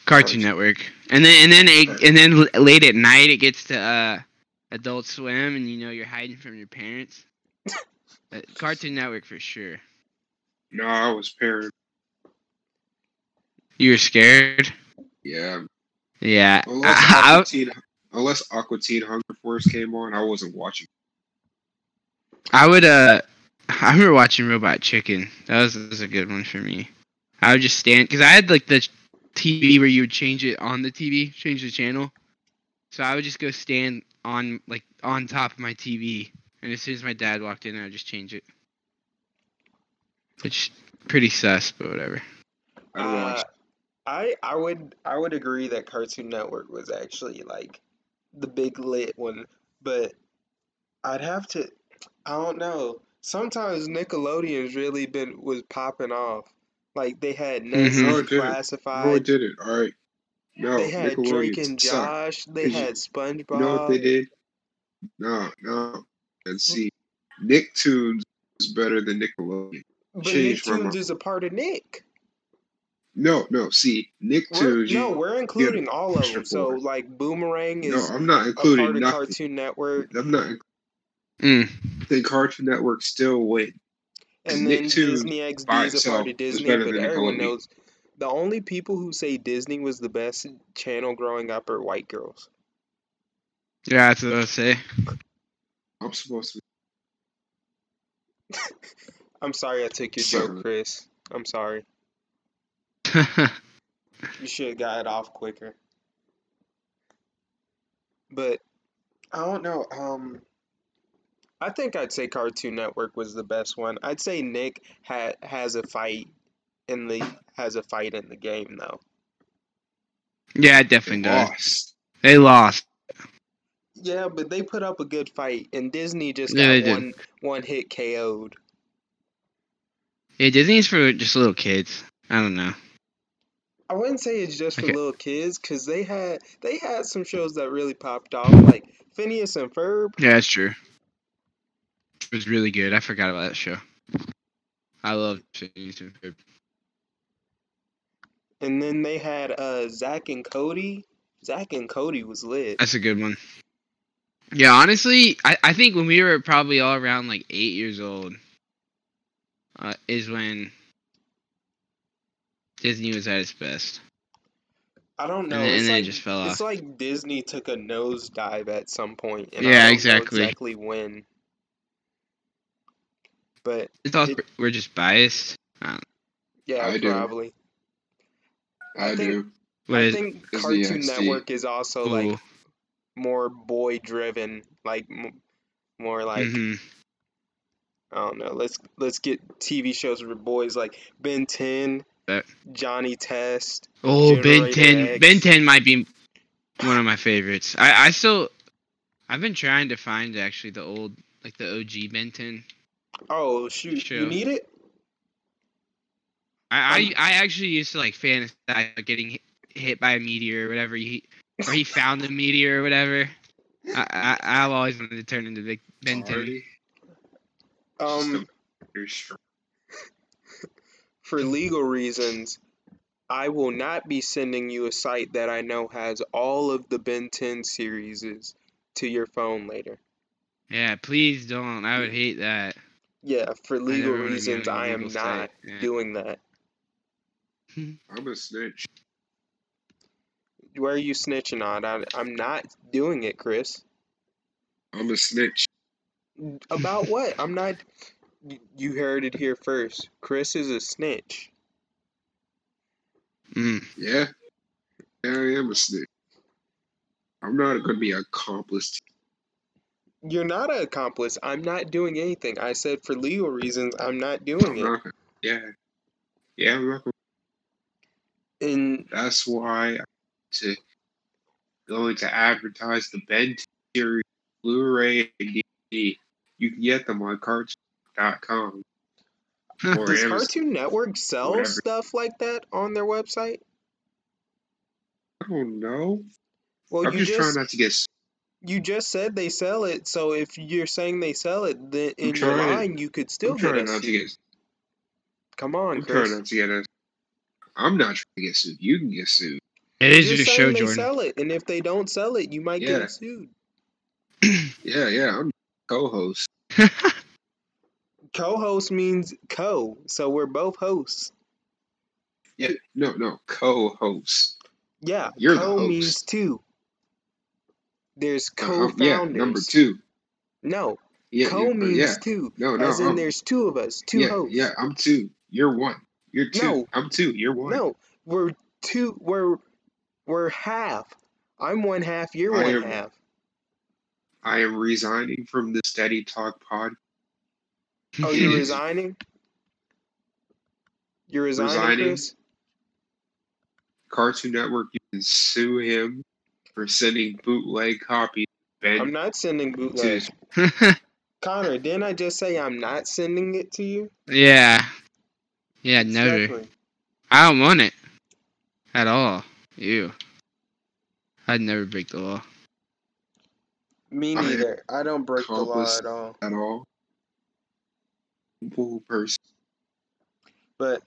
S3: Cartoon Network, and then and then it, and then l- late at night it gets to uh, Adult Swim, and you know you're hiding from your parents. Uh, Cartoon Network for sure.
S2: No, I was paranoid.
S3: You were scared.
S2: Yeah.
S3: Yeah,
S2: Unless
S3: [LAUGHS] I-
S2: Aqua, Teen, unless Aqua Teen Hunger Force came on, I wasn't watching.
S3: I would uh I remember watching Robot Chicken. That was, that was a good one for me. I would just stand cuz I had like the TV where you would change it on the TV, change the channel. So I would just go stand on like on top of my TV and as soon as my dad walked in, I would just change it. Which pretty sus, but whatever.
S2: I don't watch.
S1: Uh, I I would I would agree that Cartoon Network was actually like the big lit one, but I'd have to I don't know. Sometimes Nickelodeon's really been was popping off. Like they had Nancy
S2: No, Mm-hmm. Oh, it didn't. No, it
S1: Classified,
S2: didn't. All right. No,
S1: Uh, they had Drake
S2: Oh, Nickelodeon
S1: and
S2: sucked.
S1: Josh, they
S2: Did you-
S1: had
S2: You know what they
S1: SpongeBob.
S2: did? No, no. And see, Nicktoons is better than Nickelodeon.
S1: But
S2: changed my
S1: Nicktoons
S2: mind.
S1: is a part of Nick.
S2: No, no. See,
S1: We're,
S2: Nicktoons.
S1: no,
S2: you,
S1: we're including all of them. So
S2: Sure.
S1: like Boomerang
S2: no,
S1: is
S2: I'm not
S1: a part
S2: including
S1: of
S2: nothing.
S1: Cartoon Network,
S2: I'm not.
S3: Mm.
S2: I think Cartoon Network still win.
S1: and then
S2: Nicktoons
S1: Disney XD
S2: by
S1: is a part
S2: itself
S1: of
S2: is
S1: Disney,
S2: better
S1: but
S2: than
S1: everyone
S2: Nickelodeon.
S1: knows the only people who say Disney was the best channel growing up are white girls.
S3: Yeah, that's what I would say. [LAUGHS]
S2: I'm supposed to.
S1: I'm sorry I took your
S2: Sorry.
S1: joke, Chris. I'm sorry. You should have got it off quicker. But I don't know. Um, I think I'd say Cartoon Network was the best one. I'd say Nick ha- has a fight in the has a fight in the game though.
S3: yeah, it definitely does.
S2: Lost.
S3: They lost.
S1: Yeah, but they put up a good fight, and Disney just
S3: Yeah, they
S1: got
S3: did.
S1: one one hit KO'd.
S3: Yeah, Disney's for just little kids. I don't know.
S1: I wouldn't say it's just for
S3: Okay.
S1: little kids because they had they had some shows that really popped off, like Phineas and Ferb.
S3: Yeah, that's true. It was really good. I forgot about that show. I love Phineas and Ferb.
S1: And then they had uh Zach and Cody. Zach and Cody was lit.
S3: That's a good one. Yeah, honestly, I, I think when we were probably all around like eight years old, uh, is when Disney was at its best,
S1: I don't
S3: and,
S1: know.
S3: then, and
S1: It's
S3: then
S1: like
S3: it just fell
S1: it's
S3: off.
S1: like Disney took a nosedive at some point, and I
S3: Yeah,
S1: don't know
S3: exactly.
S1: exactly when. But
S3: It's all
S1: it-
S3: we're just biased.
S1: yeah,
S2: I do.
S1: probably.
S2: I,
S1: I think-
S2: do.
S3: What
S1: I
S3: is-
S1: think
S2: Disney
S1: Cartoon
S2: XD.
S1: Network is also like
S3: ooh,
S1: more boy driven, like m- more like
S3: mhm.
S1: I don't know. Let's let's get TV shows for boys like Ben 10,
S3: That-
S1: Johnny Test.
S3: Oh, Ben
S1: Generator
S3: Ten.
S1: X.
S3: Ben Ten might be one of my favorites. I I still I've been trying to find actually the old like the OG Ben Ten.
S1: Oh shoot, you
S3: Show.
S1: need it? Um,
S3: I, I I actually used to like fantasize about getting hit, hit by a meteor or whatever. He or he found a meteor or whatever. I I I've always wanted to turn into Big Ben 10.
S2: Already?
S1: Um,
S2: You're sure.
S1: for legal reasons, I will not be sending you a site that I know has all of the Ben 10 series to your phone later.
S3: Yeah, please don't. I would hate that.
S1: Yeah, for
S3: I
S1: legal
S3: never wanna be
S1: reasons,
S3: on a
S1: I am
S3: legal
S1: not
S3: site. Yeah.
S1: doing that.
S2: I'm a snitch.
S1: Where are you snitching on? I, I'm not doing it, Chris.
S2: I'm a snitch.
S1: About
S3: [LAUGHS]
S1: what? I'm not. y- You heard it here first. Chris is a snitch.
S3: Mm.
S2: Yeah. Yeah, I am a snitch. I'm not going to be accomplice.
S1: You're not an accomplice. I'm not doing anything. I said for legal reasons, I'm not
S2: I'm
S3: Uh-huh.
S1: doing
S2: not gonna, yeah. Yeah, I'm not gonna,
S1: it. And
S2: that's why I'm to going to advertise the Ben 10 series Blu-ray and DVD. You can get them on
S1: [LAUGHS]
S2: cartoon.com. Or
S1: does
S2: Amazon.
S1: Cartoon Network sell
S2: Whatever.
S1: stuff like that on their website?
S2: I don't know.
S1: Well,
S2: I'm
S1: you
S2: just,
S1: just
S2: trying not to get. s-
S1: you just said they sell it. So if you're saying they sell it, then
S2: I'm
S1: in your
S2: trying-
S1: line you could still
S2: I'm
S1: get
S2: trying
S1: us.
S2: not to get.
S1: Come on,
S2: I'm trying
S1: Chris.
S2: not to get us. I'm not trying to get sued. You can get sued.
S3: It is your
S1: saying
S3: show,
S1: they
S3: Jordan.
S1: sell it, and if they don't sell it, you might
S2: Yeah.
S1: get sued.
S2: Yeah, yeah. I'm co-host.
S1: Co-host means co, so we're both hosts.
S2: Yeah, no, no, co-host.
S1: Yeah,
S2: You're the
S1: co
S2: host.
S1: means two. There's
S2: Uh,
S1: co-founders.
S2: yeah, number two.
S1: No,
S2: Yeah,
S1: co
S2: you- uh,
S1: means
S2: yeah.
S1: two.
S2: No, no,
S1: as in
S2: I'm-
S1: there's two of us, two
S2: yeah,
S1: hosts.
S2: yeah. I'm two. You're one. You're two.
S1: No.
S2: I'm two. You're one.
S1: No, we're two. We're we're half. I'm one half. You're
S2: I
S1: one
S2: am- [LAUGHS]
S1: half.
S2: I am resigning from the Steady Talk pod.
S3: [LAUGHS]
S1: Oh, you're
S2: Yes.
S1: resigning. You're resigning,
S2: Resigning.
S1: Chris.
S2: Cartoon Network. You can sue him for sending bootleg copies. Ben,
S1: I'm not sending bootleg.
S2: to,
S1: Connor, didn't I just say I'm not sending it to you?
S3: yeah. Yeah, noted.
S1: Exactly.
S3: I don't want it. At all. Ew. I'd never break the law. [LAUGHS]
S1: Me
S2: I am
S1: neither. I don't break the law
S2: accomplice.
S1: at all.
S2: at all. Simple person.
S1: But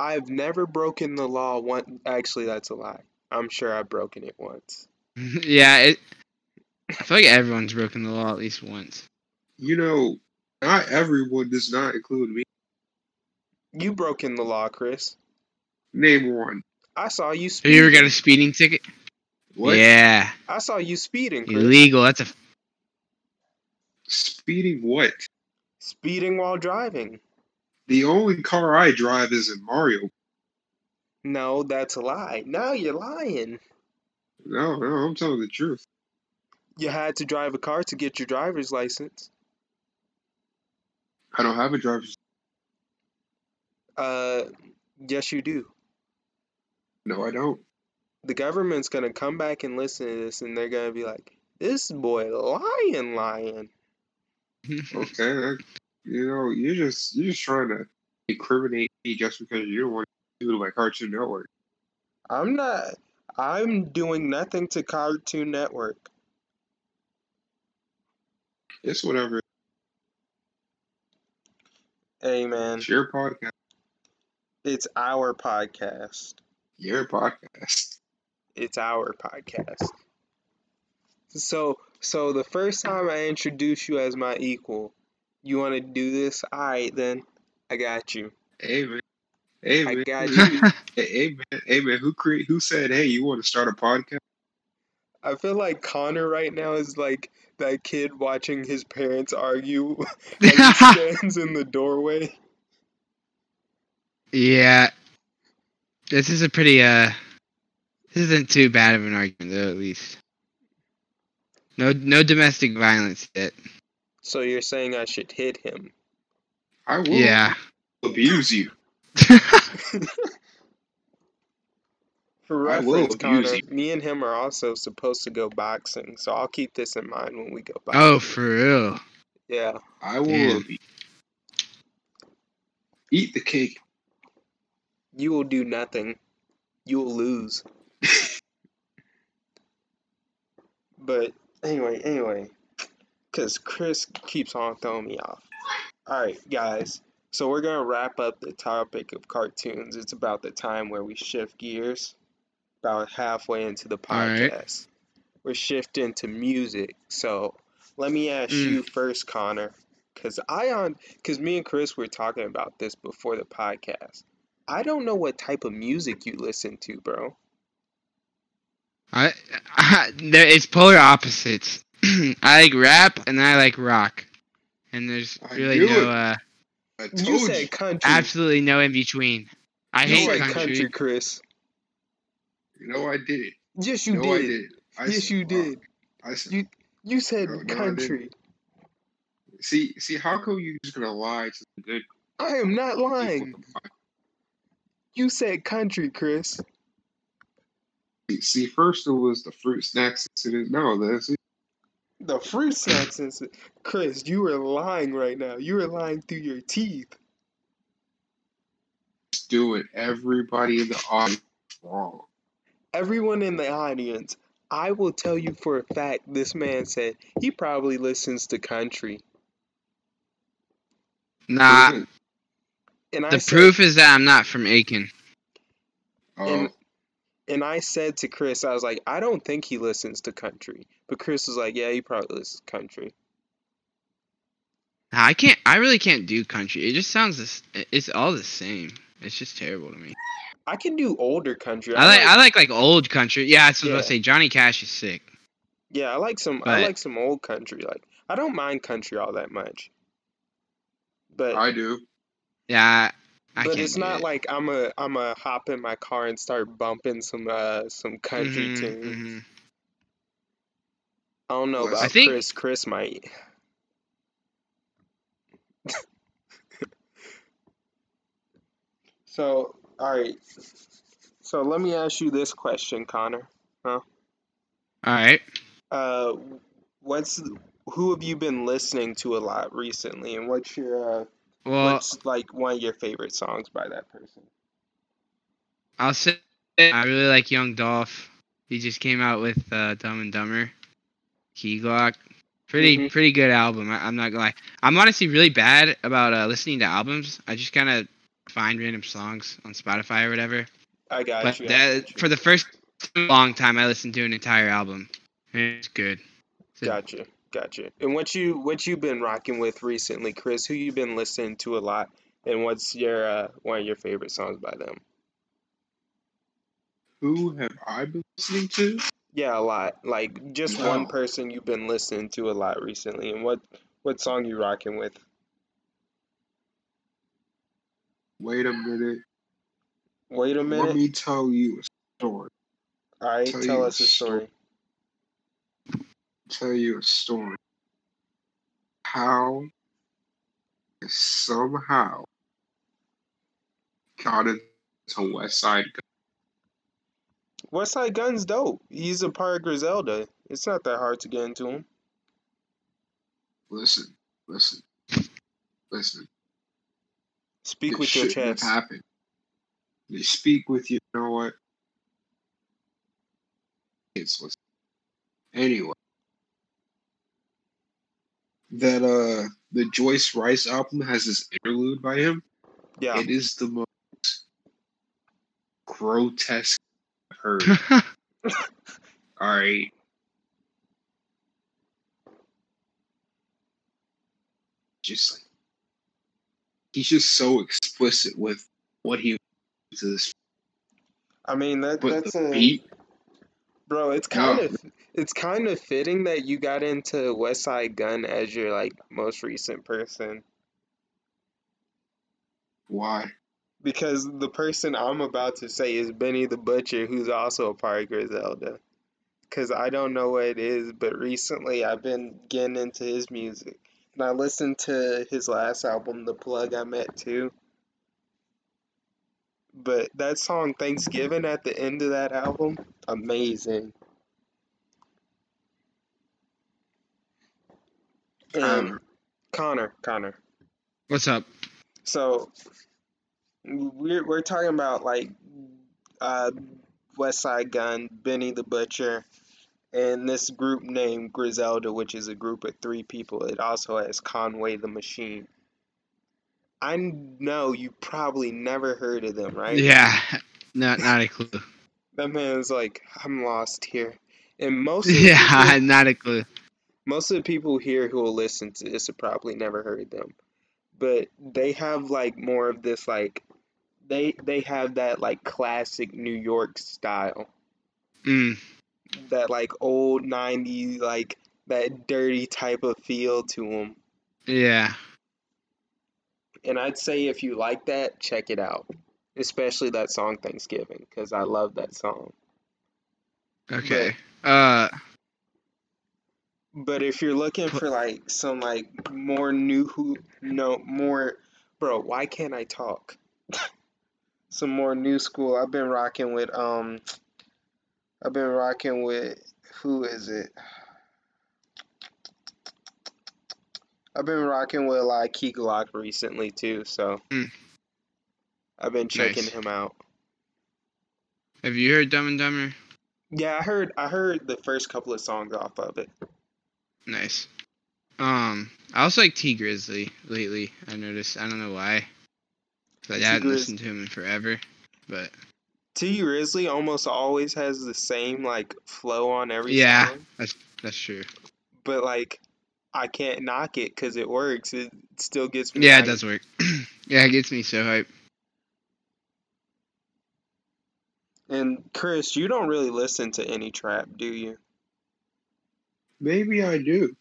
S1: I've never broken the law once. Actually, that's a lie. I'm sure I've broken it once.
S3: yeah, it, I feel like everyone's broken the law at least once.
S2: You know, not everyone does not include me.
S1: You broken the law, Chris.
S2: Name one.
S1: I saw you
S3: Have you
S1: speeding.
S3: ever got a speeding ticket?
S2: What?
S3: Yeah.
S1: I saw you speeding, Chris.
S3: Illegal. That's a. f- [LAUGHS]
S2: Speeding what?
S1: Speeding while driving.
S2: The only car I drive is a Mario.
S1: No, that's a lie. No, you're lying.
S2: No, no, I'm telling the truth.
S1: You had to drive a car to get your driver's license.
S2: I don't have a driver's.
S1: Uh, yes, you do.
S2: No, I don't.
S1: The government's gonna come back and listen to this, and they're gonna be like, "This boy lying, lying."
S2: Okay, that, you know, you're just you're just trying to incriminate me just because you're one dude like Cartoon Network.
S1: I'm not. I'm doing nothing to Cartoon Network.
S2: It's whatever.
S1: Hey, man,
S2: It's your podcast.
S1: it's our podcast.
S2: Your podcast.
S1: It's our podcast. So, so the first time I introduce you as my equal, you want to do this? All right, then. I got you.
S2: Hey man. Hey
S1: I
S2: man.
S1: got
S2: who-
S1: you.
S2: Hey, hey man. Hey man. Who create? Who said? Hey, you want to start a podcast?
S1: I feel like Connor right now is like that kid watching his parents argue [LAUGHS] and he
S2: [LAUGHS]
S1: stands in the doorway.
S3: yeah. This is a pretty, uh. This isn't too bad of an argument, though, at least. No, no domestic violence yet.
S1: So you're saying I should hit him?
S2: I will
S3: Yeah. [LAUGHS]
S2: abuse you.
S1: For
S2: I will
S1: reference,
S2: abuse
S1: Connor, me and him are also supposed to go boxing, so I'll keep this in mind when we go boxing.
S3: oh, for real.
S1: yeah.
S2: I will
S3: Damn.
S2: abuse. Eat the cake.
S1: You will do nothing. You will lose. but anyway, anyway, because Chris keeps on throwing me off. All right, guys. So we're gonna wrap up the topic of cartoons. It's about the time where we shift gears. About halfway into the
S3: All right.
S1: podcast, we're shifting to music. So let me ask
S3: Mm.
S1: you first, Connor, because I on because me and Chris were talking about this before the podcast. I don't know what type of music you listen to, bro.
S3: I, [LAUGHS] I there, it's polar opposites. [CLEARS THROAT] I like rap and I like rock, and there's
S2: I
S3: really
S2: knew
S3: no
S2: it.
S3: uh,
S2: I told
S1: You said country.
S3: absolutely no in between. I
S1: you
S3: hate
S1: said
S3: country.
S1: country, Chris.
S2: you. No, I did it.
S1: Yes, you
S2: no, I
S1: did.
S2: did. I
S1: yes,
S2: said
S1: you
S2: rock.
S1: did.
S2: I said,
S1: You you said
S2: No, no, I didn't.
S1: country.
S2: see, see, how come you just gonna lie to the good
S1: I am not lying.
S2: people?
S1: You said country, Chris.
S2: See, first it was the fruit snacks incident. No, that's
S1: The fruit snacks incident. Chris, you are lying right now. You are lying through your teeth.
S2: just doing everybody in the audience wrong.
S1: Everyone in the audience, I will tell you for a fact this man said he probably listens to country.
S3: Nah,
S2: Isn't-
S1: And I
S3: The
S1: said,
S3: proof is that I'm not from Aiken.
S2: Oh,
S1: and I said to Chris, I was like, I don't think he listens to country. But Chris was like, Yeah, he probably listens to country.
S3: Nah, I can't. I really can't do country. It just sounds. This, it's all the same. It's just terrible to me.
S1: I can do older country.
S3: I like. I like like old country. Yeah, I was
S1: Yeah.
S3: supposed to say Johnny Cash is sick.
S1: yeah, I like some. I
S3: but-
S1: like some old country. Like I don't mind country all that much. But
S2: I do.
S3: Yeah, I, I
S1: but
S3: can't.
S1: it's
S3: do
S1: not
S3: it.
S1: like I'm a I'm a hop in my car and start bumping some uh some country
S3: Mhm,
S1: tunes.
S3: mhm.
S1: I don't know
S2: Listen.
S1: about
S3: I think-
S1: Chris. Chris might. [LAUGHS] so, all right. So let me ask you this question, Connor.
S3: All right.
S1: Uh, what's who have you been listening to a lot recently, and what's your uh,
S3: Well,
S1: what's like one of your favorite songs by that person?
S3: I'll say I really like Young Dolph. He just came out with uh, Dumb and Dumber, Key Glock. Pretty
S1: Mhm.
S3: pretty good album. I, I'm not gonna lie. I'm honestly really bad about uh, listening to albums. I just kind of find random songs on Spotify or whatever.
S1: I got
S3: But
S1: you. I
S3: that,
S1: got you.
S3: for the first long time, I listened to an entire album. And It's good. [LAUGHS]
S1: Gotcha, gotcha. And what you what you been rocking with recently, Chris? Who you been listening to a lot, and what's your uh, one of your favorite songs by them?
S2: Who have I been listening to?
S1: Yeah, a lot. Like just one
S2: No.
S1: person you've been listening to a lot recently, and what what song you rocking with?
S2: Wait a minute.
S1: Wait a
S2: Let
S1: minute.
S2: me tell you a story.
S1: All right,
S2: tell
S1: tell
S2: you
S1: us
S2: a
S1: a story.
S2: Tell you a story. How I somehow got into West Side Gun.
S1: West Side Gun's dope. He's a part of Griselda. It's not that hard to get into him.
S2: Listen, listen, listen.
S1: Speak
S2: This
S1: with your
S2: shouldn't have
S1: chest.
S2: happened. You speak with you. You know what? It's listen. Anyway, that uh, the Joyce Rice album has this interlude by him.
S1: Yeah,
S2: It is the most grotesque I've heard.
S3: [LAUGHS]
S2: All right. Just like he's just so explicit with what he uses,
S1: I mean that
S2: but
S1: that's
S2: the
S1: a
S2: beat.
S1: Bro, it's
S2: No.
S1: kind of it's kind of fitting that you got into West Side Gun as your like most recent person
S2: Why?
S1: because the person I'm about to say is Benny the Butcher, who's also a part of Griselda. Because I don't know what it is, but recently I've been getting into his music, and I listened to his last album, The Plug I Met Too. But that song Thanksgiving at the end of that album, amazing. And
S2: Um,
S1: Connor, Connor.
S3: What's up?
S1: So we're we're talking about like uh, West Side Gun, Benny the Butcher, and this group named Griselda, which is a group of three people. It also has Conway the Machine. I know you probably never heard of them, right?
S3: Yeah, not not
S1: [LAUGHS]
S3: a clue.
S1: That man's like, I'm lost here. And most
S3: [LAUGHS]
S1: of the
S3: yeah,
S1: people,
S3: not a clue.
S1: most of the people here who will listen to this have probably never heard them. But they have like more of this like they they have that like classic New York style,
S3: Mm,
S1: that like old 90s like that dirty type of feel to them.
S3: yeah.
S1: And I'd say if you like that, check it out. Especially that song Thanksgiving cuz I love that song.
S3: Okay. Uh.
S1: But if you're looking for like some like more new who no more bro, why can't I talk? [LAUGHS] some more new school. I've been rocking with um I've been rocking with who is it? I've been rocking with like Key Glock recently too, so
S3: Mm.
S1: I've been checking
S3: Nice.
S1: him out.
S3: Have you heard Dumb and Dumber?
S1: Yeah, I heard I heard the first couple of songs off of it.
S3: Nice. Um, I also like T Grizzly lately. I noticed. I don't know why. So
S1: T.
S3: I haven't
S1: Grizz-
S3: listened to him in forever. But
S1: T Grizzly almost always has the same like flow on every
S3: Yeah.
S1: song,
S3: that's true.
S1: but like I can't knock it because it works. It still gets me.
S3: Yeah, it
S1: hyped.
S3: does work. [CLEARS THROAT] yeah, it gets me so hyped.
S1: And Chris, you don't really listen to any trap, do you?
S2: Maybe I do.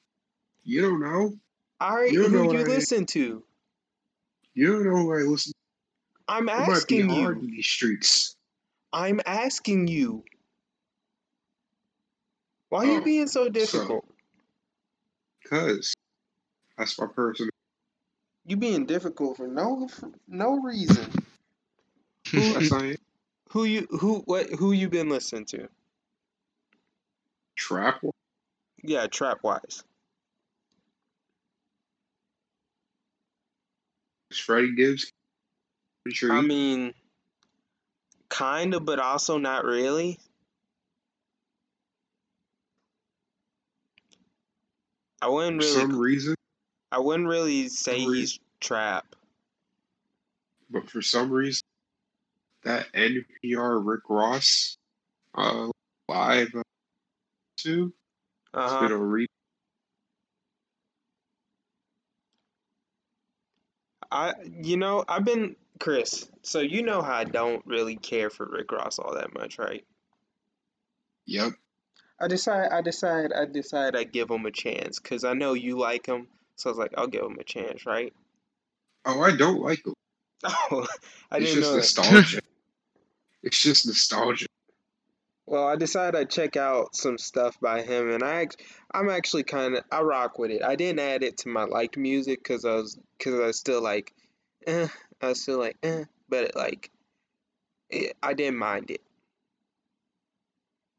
S2: You don't know.
S1: All right,
S2: You
S1: who
S2: know what
S1: you
S2: I-
S1: listen to?
S2: You don't know who I listen.
S1: I'm
S2: It might be
S1: asking
S2: hard
S1: you.
S2: in these streets.
S1: I'm asking you. Why are you
S2: Oh,
S1: being so difficult?
S2: Cause that's my person.
S1: You being difficult for no for no reason.
S2: [LAUGHS] That's not it.
S1: Who you who what who you been listening to?
S2: Trap.
S1: Yeah, trap wise.
S2: It's Freddie Gibbs. Pretty sure.
S1: I
S2: you-
S1: mean, kinda, but also not really. I wouldn't
S2: for
S1: really
S2: some reason,
S1: I wouldn't really say he's trap.
S2: but for some reason, that NPR Rick Ross uh, live uh, too. It's
S1: Uh
S2: been
S1: huh.
S2: a re-
S1: I you know I've been Chris. So you know how I don't really care for Rick Ross all that much, right?
S2: Yep.
S1: I decide, I decide, I decide I give him a chance because I know you like him. So I was like, I'll give him a chance, right? [LAUGHS]
S2: Oh, I don't like him.
S1: Oh, I
S2: it's
S1: didn't
S2: just
S1: know that.
S2: nostalgia. [LAUGHS] it's just nostalgia.
S1: Well, I decided I'd check out some stuff by him, and I, act- I'm actually kind of, I rock with it. I didn't add it to my liked music because I was, because I was still like, eh, I was still like, eh, but it, like, it, I didn't mind it.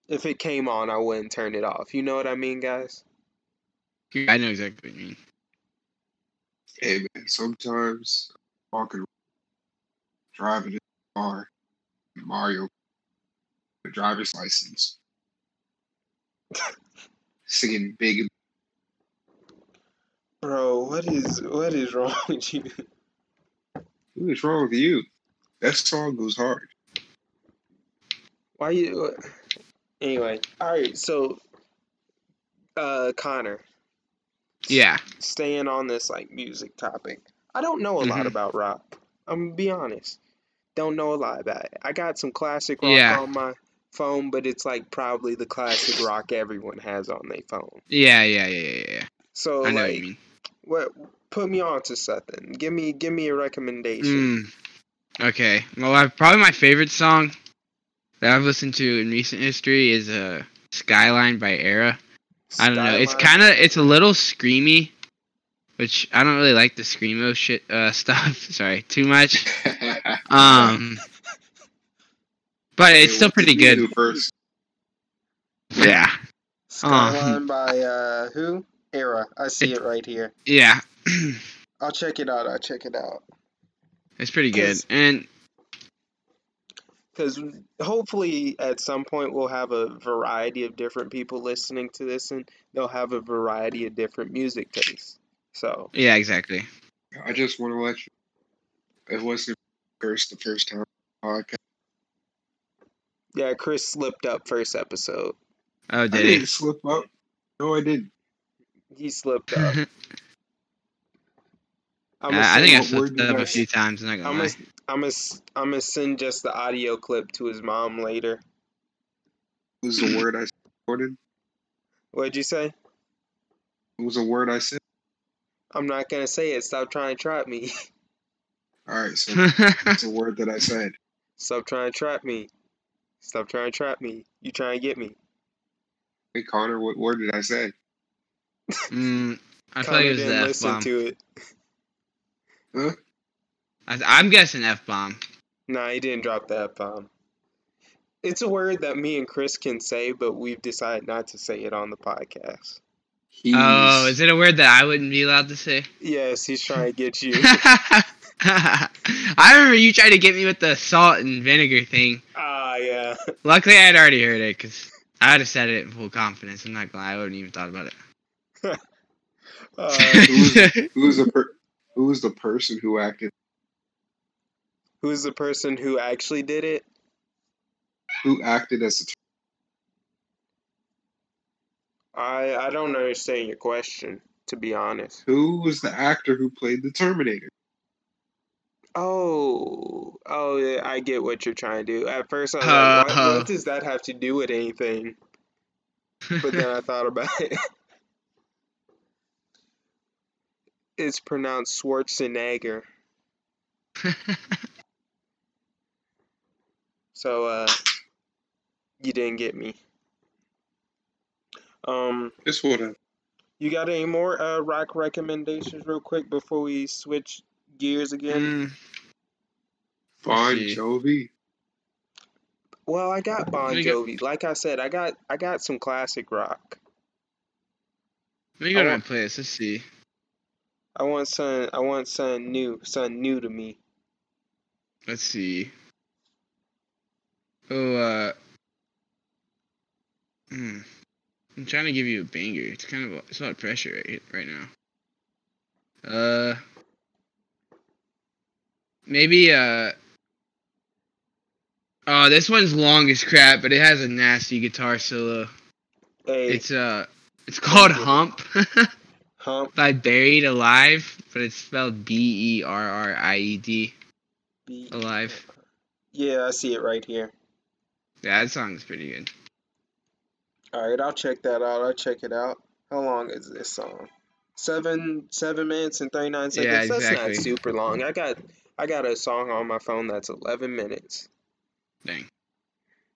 S1: If it came on, I wouldn't turn it off. You know what I mean, guys?
S3: I know exactly what you mean.
S2: Hey man, sometimes walking, driving in the car, Mario, the
S1: [LAUGHS]
S2: driver's license, singing big.
S1: Bro, what is, what is wrong [LAUGHS] with you?
S2: What is wrong with you? That song goes hard. [LAUGHS]
S1: Why you? Anyway, all right. So, uh, Connor,
S3: Yeah.
S1: staying on this like music topic, I don't know a lot
S3: Mhm.
S1: about rock. I'm gonna be honest. Don't know a lot about it. I got some classic rock
S3: Yeah.
S1: on my phone, but it's like probably the classic rock everyone has on their phone.
S3: Yeah, yeah, yeah, yeah, yeah.
S1: So
S3: I know what
S1: Oh, like,
S3: you mean.
S1: what? Put me on to something. Give me, give me a recommendation.
S3: Mm. Okay. Well, I, probably my favorite song that I've listened to in recent history is uh, "Skyline" by Era. I don't know. It's
S1: Skyline.
S3: kind of it's a little screamy, which I don't really like the screamo shit uh, [LAUGHS] stuff. Sorry, too much. Um, but it's still pretty good.
S2: First,
S3: Yeah,
S1: Skyline by uh who? Era. I see it right here.
S3: yeah, [CLEARS THROAT]
S1: I'll check it out. I'll check it out.
S3: it's pretty good.
S1: 'Cause-
S3: And
S1: because hopefully at some point we'll have a variety of different people listening to this and they'll have a variety of different music tastes so
S3: yeah, exactly.
S2: I just want to let you. It wasn't first the first time. Podcast.
S1: yeah chris slipped up first episode
S3: Oh,
S2: I
S3: did
S2: didn't slip up. No, I didn't.
S1: he slipped
S3: [LAUGHS]
S1: up
S3: it?
S1: i'm
S3: I think I
S2: what word
S3: slipped
S2: did
S3: up
S2: I
S3: a few times. Not gonna
S1: gonna
S3: lie.
S1: [LAUGHS] I'm gonna I'm gonna send just the audio clip to his mom later
S2: It was
S3: [LAUGHS]
S2: the word I recorded.
S1: what'd you say
S2: It was a word I said.
S1: i'm not gonna say it stop trying to trap me [LAUGHS]
S2: All right,
S3: [LAUGHS]
S2: so it's a word that I said.
S1: stop trying to trap me stop trying to trap me you trying to get me
S2: Hey Connor, what word did I say?
S3: mm, I feel
S1: Connor
S3: like it was the
S1: didn't
S3: F
S1: listen
S3: bomb.
S1: to it
S3: I'm guessing F bomb.
S1: Nah, he didn't drop the F bomb. It's a word that me and Chris can say, but we've decided not to say it on the podcast.
S2: He's,
S3: Oh, is it a word that I wouldn't be allowed to say?
S1: Yes, he's trying to get
S3: [LAUGHS]
S1: you.
S3: I remember you tried to get me with the salt and vinegar thing.
S1: Ah, yeah.
S3: Luckily, I'd already heard it because I would have said it in full confidence. I'm not gonna lie, I wouldn't even thought about it.
S1: Uh,
S3: [LAUGHS]
S2: who was the person who acted
S1: Who's the person who actually did it?
S2: Who acted as a
S1: I I don't understand your question, to be honest.
S2: who was the actor who played the Terminator?
S1: Oh, oh, yeah, I get what you're trying to do. At first, I was like, what,
S3: Uh-huh.
S1: what does that have to do with anything? But then I thought about [LAUGHS] it. It's pronounced Schwarzenegger. So uh you didn't get me. Um
S2: This one.
S1: you got any more uh rock recommendations real quick before we switch gears again?
S3: Mm,
S2: Bon
S3: see.
S2: Jovi.
S1: Well, I got Bon
S3: We got-
S1: Jovi. Like I said, I got I got some classic rock.
S3: let me go to
S1: I
S3: my
S1: want-
S3: playlist. Let's see.
S1: I want some I want some new, some new to me.
S3: Let's see. Oh, uh, hmm. I'm trying to give you a banger. It's kind of a, it's a lot of pressure right right now. Uh, maybe uh. Oh, this one's long as crap, but it has a nasty guitar solo.
S1: Hey,
S3: It's uh, it's called
S1: get it.
S3: Hump [LAUGHS]
S1: hump
S3: by Buried Alive, but it's spelled B E R R I E D
S1: beat.
S3: Alive.
S1: Yeah, I see it right here.
S3: Yeah, that song's pretty good.
S1: All right, I'll check that out. I'll check it out. How long is this song? Seven seven minutes and thirty nine seconds.
S3: Yeah,
S1: That's not
S3: exactly.
S1: super long. I got I got a song on my phone that's eleven minutes.
S3: Dang.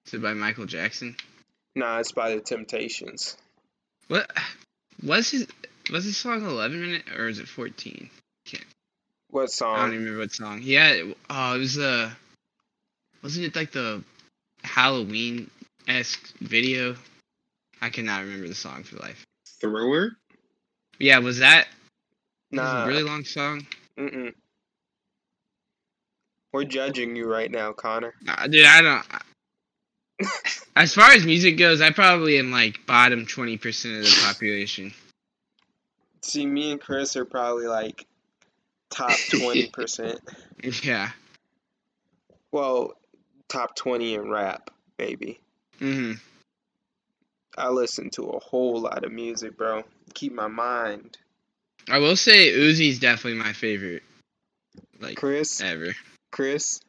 S3: Is it by Michael Jackson?
S1: Nah, it's by the Temptations.
S3: What was his was his song eleven minute or is it fourteen?
S1: What
S3: I don't
S1: song?
S3: even remember what song. Yeah, it, oh, it was uh, wasn't it like the Halloween esque video? I cannot remember the song for life.
S2: Thriller.
S3: Yeah, was that was it
S1: Nah.
S3: a really long song?
S1: Mm-mm. We're judging you right now, Connor.
S3: Nah, dude, I don't. I- as far as music goes, I probably am like bottom twenty percent of the population. [LAUGHS]
S1: See, me and Chris are probably like top twenty percent.
S3: Yeah.
S1: Well, top twenty in rap, maybe.
S3: hmm
S1: I listen to a whole lot of music, bro. Keep my mind.
S3: I will say Uzi's definitely my favorite, like
S1: Chris,
S3: ever.
S1: Chris,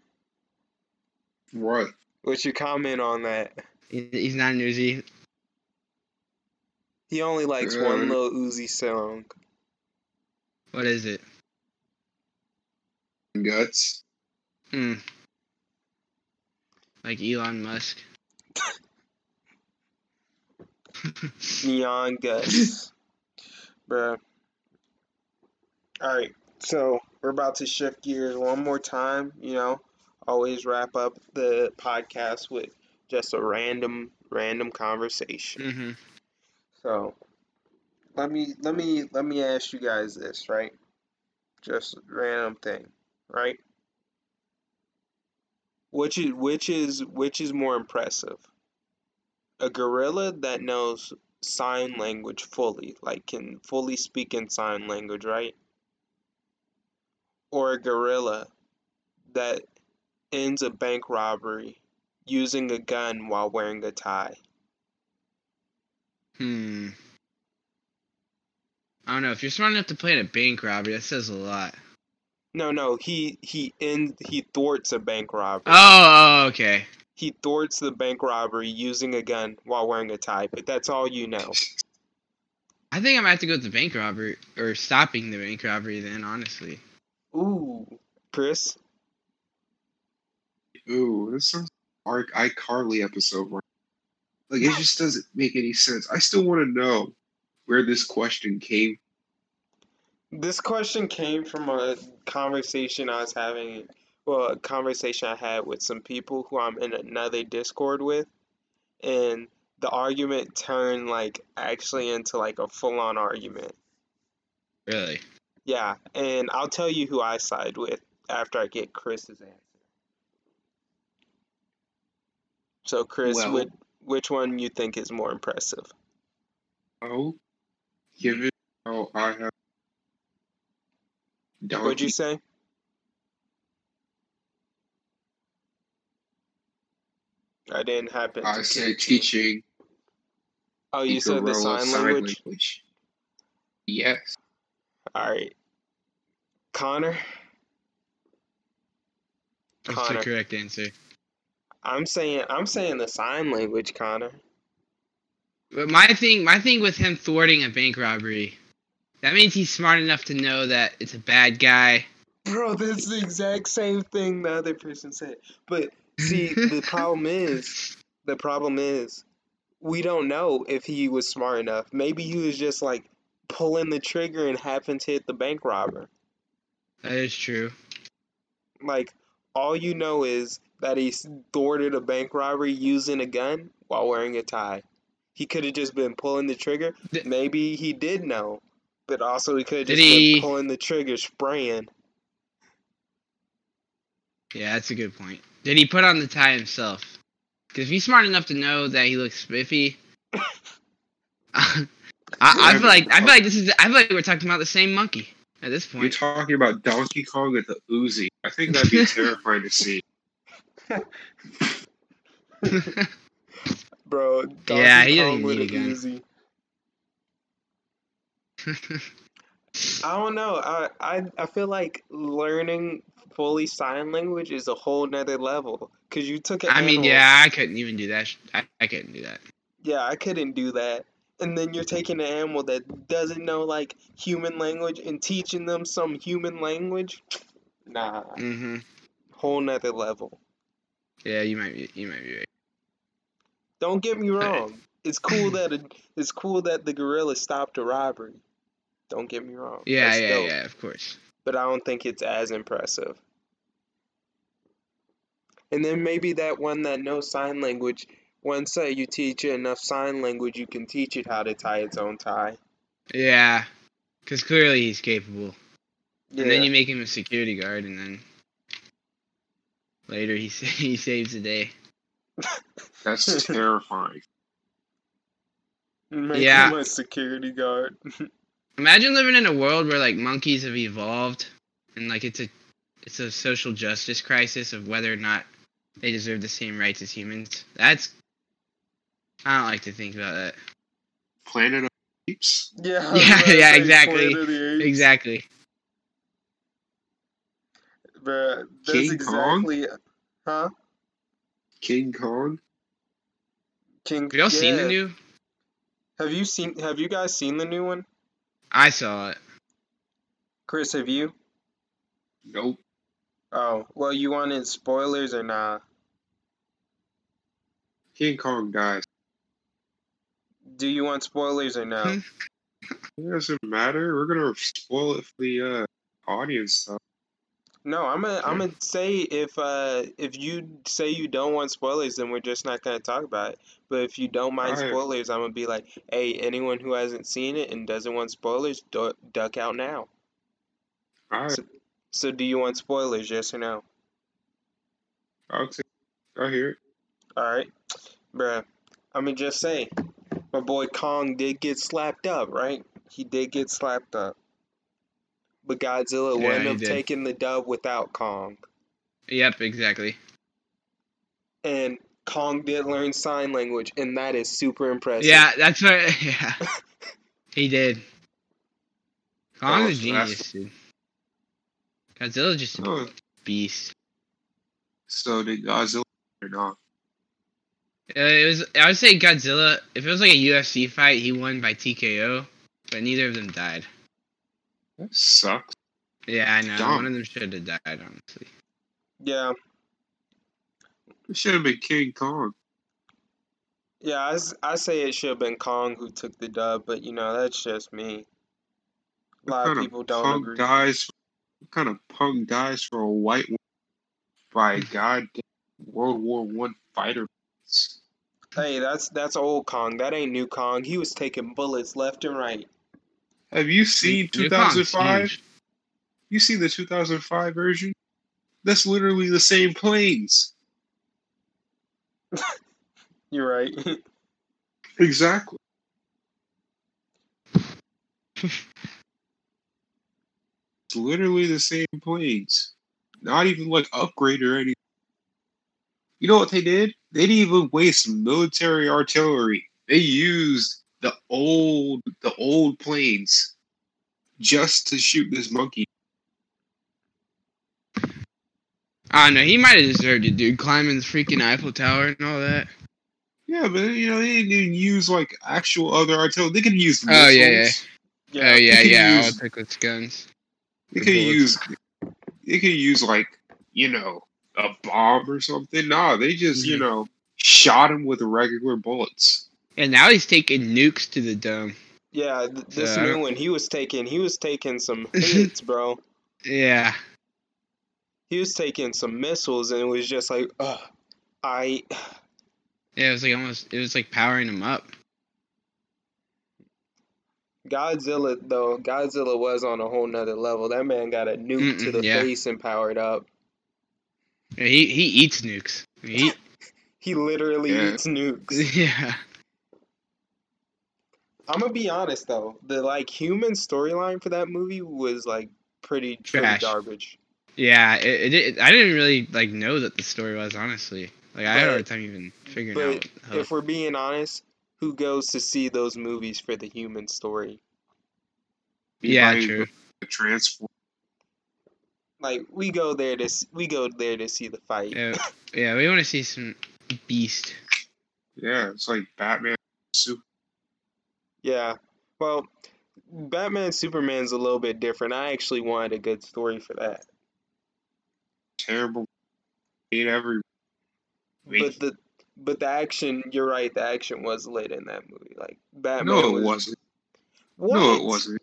S2: What?
S1: What's your comment on that?
S3: He- He's not an Uzi.
S1: He only likes
S2: Uh,
S1: one little Uzi song.
S3: What is it?
S2: Guts.
S3: Hmm. Like Elon Musk.
S1: Neon Guts. [LAUGHS] Bruh. Alright, so we're about to shift gears one more time. You know, always wrap up the podcast with just a random, random conversation.
S3: hmm
S1: So let me, let me, let me ask you guys this, right? Just random thing, right? Which is, which is, which is more impressive? a gorilla that knows sign language fully, like can fully speak in sign language, right? Or a gorilla that ends a bank robbery using a gun while wearing a tie.
S3: Hmm. I don't know. If you're smart enough to play in a bank robbery, that says a lot.
S1: No, no, he he end he thwarts a bank robbery.
S3: Oh, oh, okay.
S1: He thwarts the bank robbery using a gun while wearing a tie, but that's all you
S3: Oh.
S1: know.
S3: I think I might have to go with the bank robbery or stopping the bank robbery. Then, honestly,
S1: Ooh, Chris,
S2: Ooh, this sounds like iCarly episode. Right? Like it just doesn't make any sense. I still want to know where this question came.
S1: This question came from a conversation I was having, well, a conversation I had with some people who I'm in another Discord with, and the argument turned like actually into like a full-on argument.
S3: really.
S1: Yeah, and I'll tell you who I side with after I get Chris's answer. So, Chris,
S2: Well,
S1: which which one you think is more impressive?
S2: oh, given how I have
S1: What'd you
S2: donkey,
S1: say? I didn't happen.
S2: I
S1: to
S2: said
S1: catch it.
S2: teaching
S1: Oh, you
S2: the
S1: said the
S2: role
S1: sign
S2: of
S1: language.
S2: sign language. Yes.
S1: All right, Connor.
S3: That's the
S1: Connor.
S3: correct answer.
S1: I'm saying I'm saying the sign language, Connor.
S3: But my thing, my thing with him thwarting a bank robbery, that means he's smart enough to know that it's a bad guy.
S1: Bro, that's the exact same thing the other person said. But see,
S3: [LAUGHS]
S1: the problem is, the problem is, we don't know if he was smart enough. Maybe he was just like pulling the trigger and happened to hit the bank robber.
S3: That is true.
S1: Like, all you know is that he s- thwarted a bank robbery using a gun while wearing a tie. He could have just been pulling the trigger.
S3: Th-
S1: Maybe he did know, but also he could have
S3: Did
S1: just
S3: he-
S1: been pulling the trigger, spraying.
S3: Yeah, that's a good point. Did he put on the tie himself? Because if he's smart enough to know that he looks spiffy, [LAUGHS] I, I feel like I feel like this is I feel like we're talking about the same monkey at this
S2: You're
S3: point.
S2: talking about Donkey Kong with the Uzi. I think that'd
S1: [LAUGHS]
S2: be terrifying to see.
S1: Bro, Donkey
S3: Yeah, he doesn't
S1: Kong with
S3: need
S1: a
S3: a gun.
S1: Uzi. I don't know. I, I I feel like learning fully sign language is a whole nother level. Cause you took an
S3: [LAUGHS] I mean,
S1: animal.
S3: yeah, I couldn't even do that. sh- I, I couldn't do that.
S1: Yeah, I couldn't do that. And then you're taking an animal that doesn't know like human language and teaching them some human language. Nah,
S3: hmm
S1: whole nother level.
S3: Yeah, you might be. You might be right.
S1: Don't get me wrong. It's cool that it, it's cool that the gorilla stopped a robbery. Don't get me wrong.
S3: Yeah,
S1: That's
S3: yeah,
S1: dope.
S3: yeah. Of course.
S1: but I don't think it's as impressive. And then maybe that one that knows sign language, once uh, you teach it enough sign language, you can teach it how to tie its own tie.
S3: Yeah, because clearly he's capable.
S1: Yeah.
S3: And then you make him a security guard, and then later he [LAUGHS] sa- he saves the day.
S1: [LAUGHS]
S2: That's terrifying.
S1: Make
S3: Yeah.
S1: him a security guard.
S3: Imagine living in a world where like monkeys have evolved, and like it's a it's a social justice crisis of whether or not they deserve the same rights as humans. That's I don't like to think about that.
S2: Planet of the Apes.
S1: [LAUGHS] [LAUGHS] Yeah. I was
S3: Yeah,
S1: about to
S3: yeah,
S1: say
S3: exactly.
S1: Planet of the Apes.
S3: Exactly.
S1: Bruh, that's
S2: King Kong?
S1: exactly. Huh?
S2: King Kong.
S1: King.
S3: Have y'all seen the
S1: yeah.
S3: new?
S1: Have you seen? Have you guys seen the new one?
S3: I saw it.
S1: Chris, have you?
S2: Nope.
S1: Oh, well, you wanted spoilers or nah?
S2: King Kong dies.
S1: Do you want spoilers or [LAUGHS] no?
S2: It doesn't matter. We're gonna spoil it for the uh, audience. Though.
S1: No, I'm gonna I'm gonna say if uh if you say you don't want spoilers, then we're just not gonna talk about it. But if you don't mind
S2: Alright.
S1: spoilers, I'm gonna be like, hey, anyone who hasn't seen it and doesn't want spoilers, du duck out now.
S2: All right.
S1: So do you want spoilers, yes or no?
S2: I'll take. I hear it.
S1: All right, bruh. I'm gonna just say, my boy Kong did get slapped up, right? He did get slapped up, but Godzilla
S3: Yeah,
S1: wouldn't
S3: he
S1: have
S3: did.
S1: taken the dub without Kong.
S3: Yep, exactly.
S1: And Kong did learn sign language, and that is super impressive.
S3: Yeah, that's what. [LAUGHS] Yeah, he did. Kong's a
S2: Oh, that's-
S3: genius, dude. Godzilla's just a
S2: Oh,
S3: beast.
S2: so did Godzilla or not?
S3: Uh, It was. I would say Godzilla. If it was like a UFC fight, he won by TKO, but neither of them died.
S2: That sucks.
S3: Yeah, I know.
S2: Dumb.
S3: One of them should have died, honestly.
S1: Yeah,
S2: It should have been King Kong.
S1: yeah, I, s- I say it should have been Kong who took the dub, but you know, that's just me. A
S2: What
S1: lot of
S2: kind
S1: people
S2: of
S1: don't
S2: punk
S1: agree.
S2: dies? What kind of punk dies for a white woman by [LAUGHS] a goddamn World War One fighter? It's
S1: Hey, that's that's old Kong. That ain't new Kong. He was taking bullets left and right.
S2: Have you seen
S3: New Kong's
S2: 2005?
S3: huge.
S2: You seen the 2005 version? That's literally the same planes.
S1: You're right. [LAUGHS]
S3: [LAUGHS]
S2: Exactly. It's literally the same planes. Not even like upgrade or anything. You know what they did? They didn't even waste military artillery. They used the old the old planes just to shoot this monkey.
S3: I know he might have deserved it, dude. Climbing the freaking Eiffel Tower and all that.
S2: Yeah, but you know they didn't even use like actual other artillery. They could use missiles.
S3: Oh, yeah, yeah. oh yeah,
S2: could
S3: yeah. All
S2: use-
S3: Picklett's guns.
S2: They
S3: The
S2: could
S3: bullets.
S2: use they could use like you know a bomb or something. Nah, they just you
S1: Mm-hmm.
S3: Mhm.
S2: know shot him with regular bullets.
S3: And now he's taking nukes to the dome.
S1: Yeah, th- this
S3: Yeah, I
S1: new
S3: don't-
S1: one he was taking, he was taking some hits, bro.
S3: Yeah.
S1: He was taking some missiles, and it was just like, ugh, I,
S3: Yeah, it was like almost. It was like powering him up.
S1: Godzilla though. Godzilla was on a whole nother level. That man got a nuke to
S3: Mm-mm,
S1: the
S3: yeah.
S1: face and powered up.
S3: Yeah, He he eats nukes. He, [LAUGHS]
S1: He literally
S2: Yeah.
S1: eats nukes.
S3: yeah.
S1: I'm gonna be honest though, the like human storyline for that movie was like pretty pretty
S3: Trash.
S1: garbage.
S3: Yeah, it, it, it, I didn't really like know that the story was honestly. Like I had a hard
S1: But-
S3: time even figuring
S1: but
S3: out. How,
S1: If we're being honest, who goes to see those movies for the human story?
S3: yeah,
S2: Anybody
S3: true.
S2: with a Transform.
S1: Like we go there to s- we go there to see the fight.
S3: Yeah, yeah, we want to see some
S1: [LAUGHS]
S3: beast.
S2: Yeah, it's like Batman. Super.
S1: Yeah. Well, Batman Superman's a little bit different. I actually wanted a good story for that.
S2: terrible. Hate every.
S1: But the but the action, you're right, the action was lit in that movie. Like Batman
S2: no, it
S1: was,
S2: wasn't.
S1: What?
S2: No, it wasn't.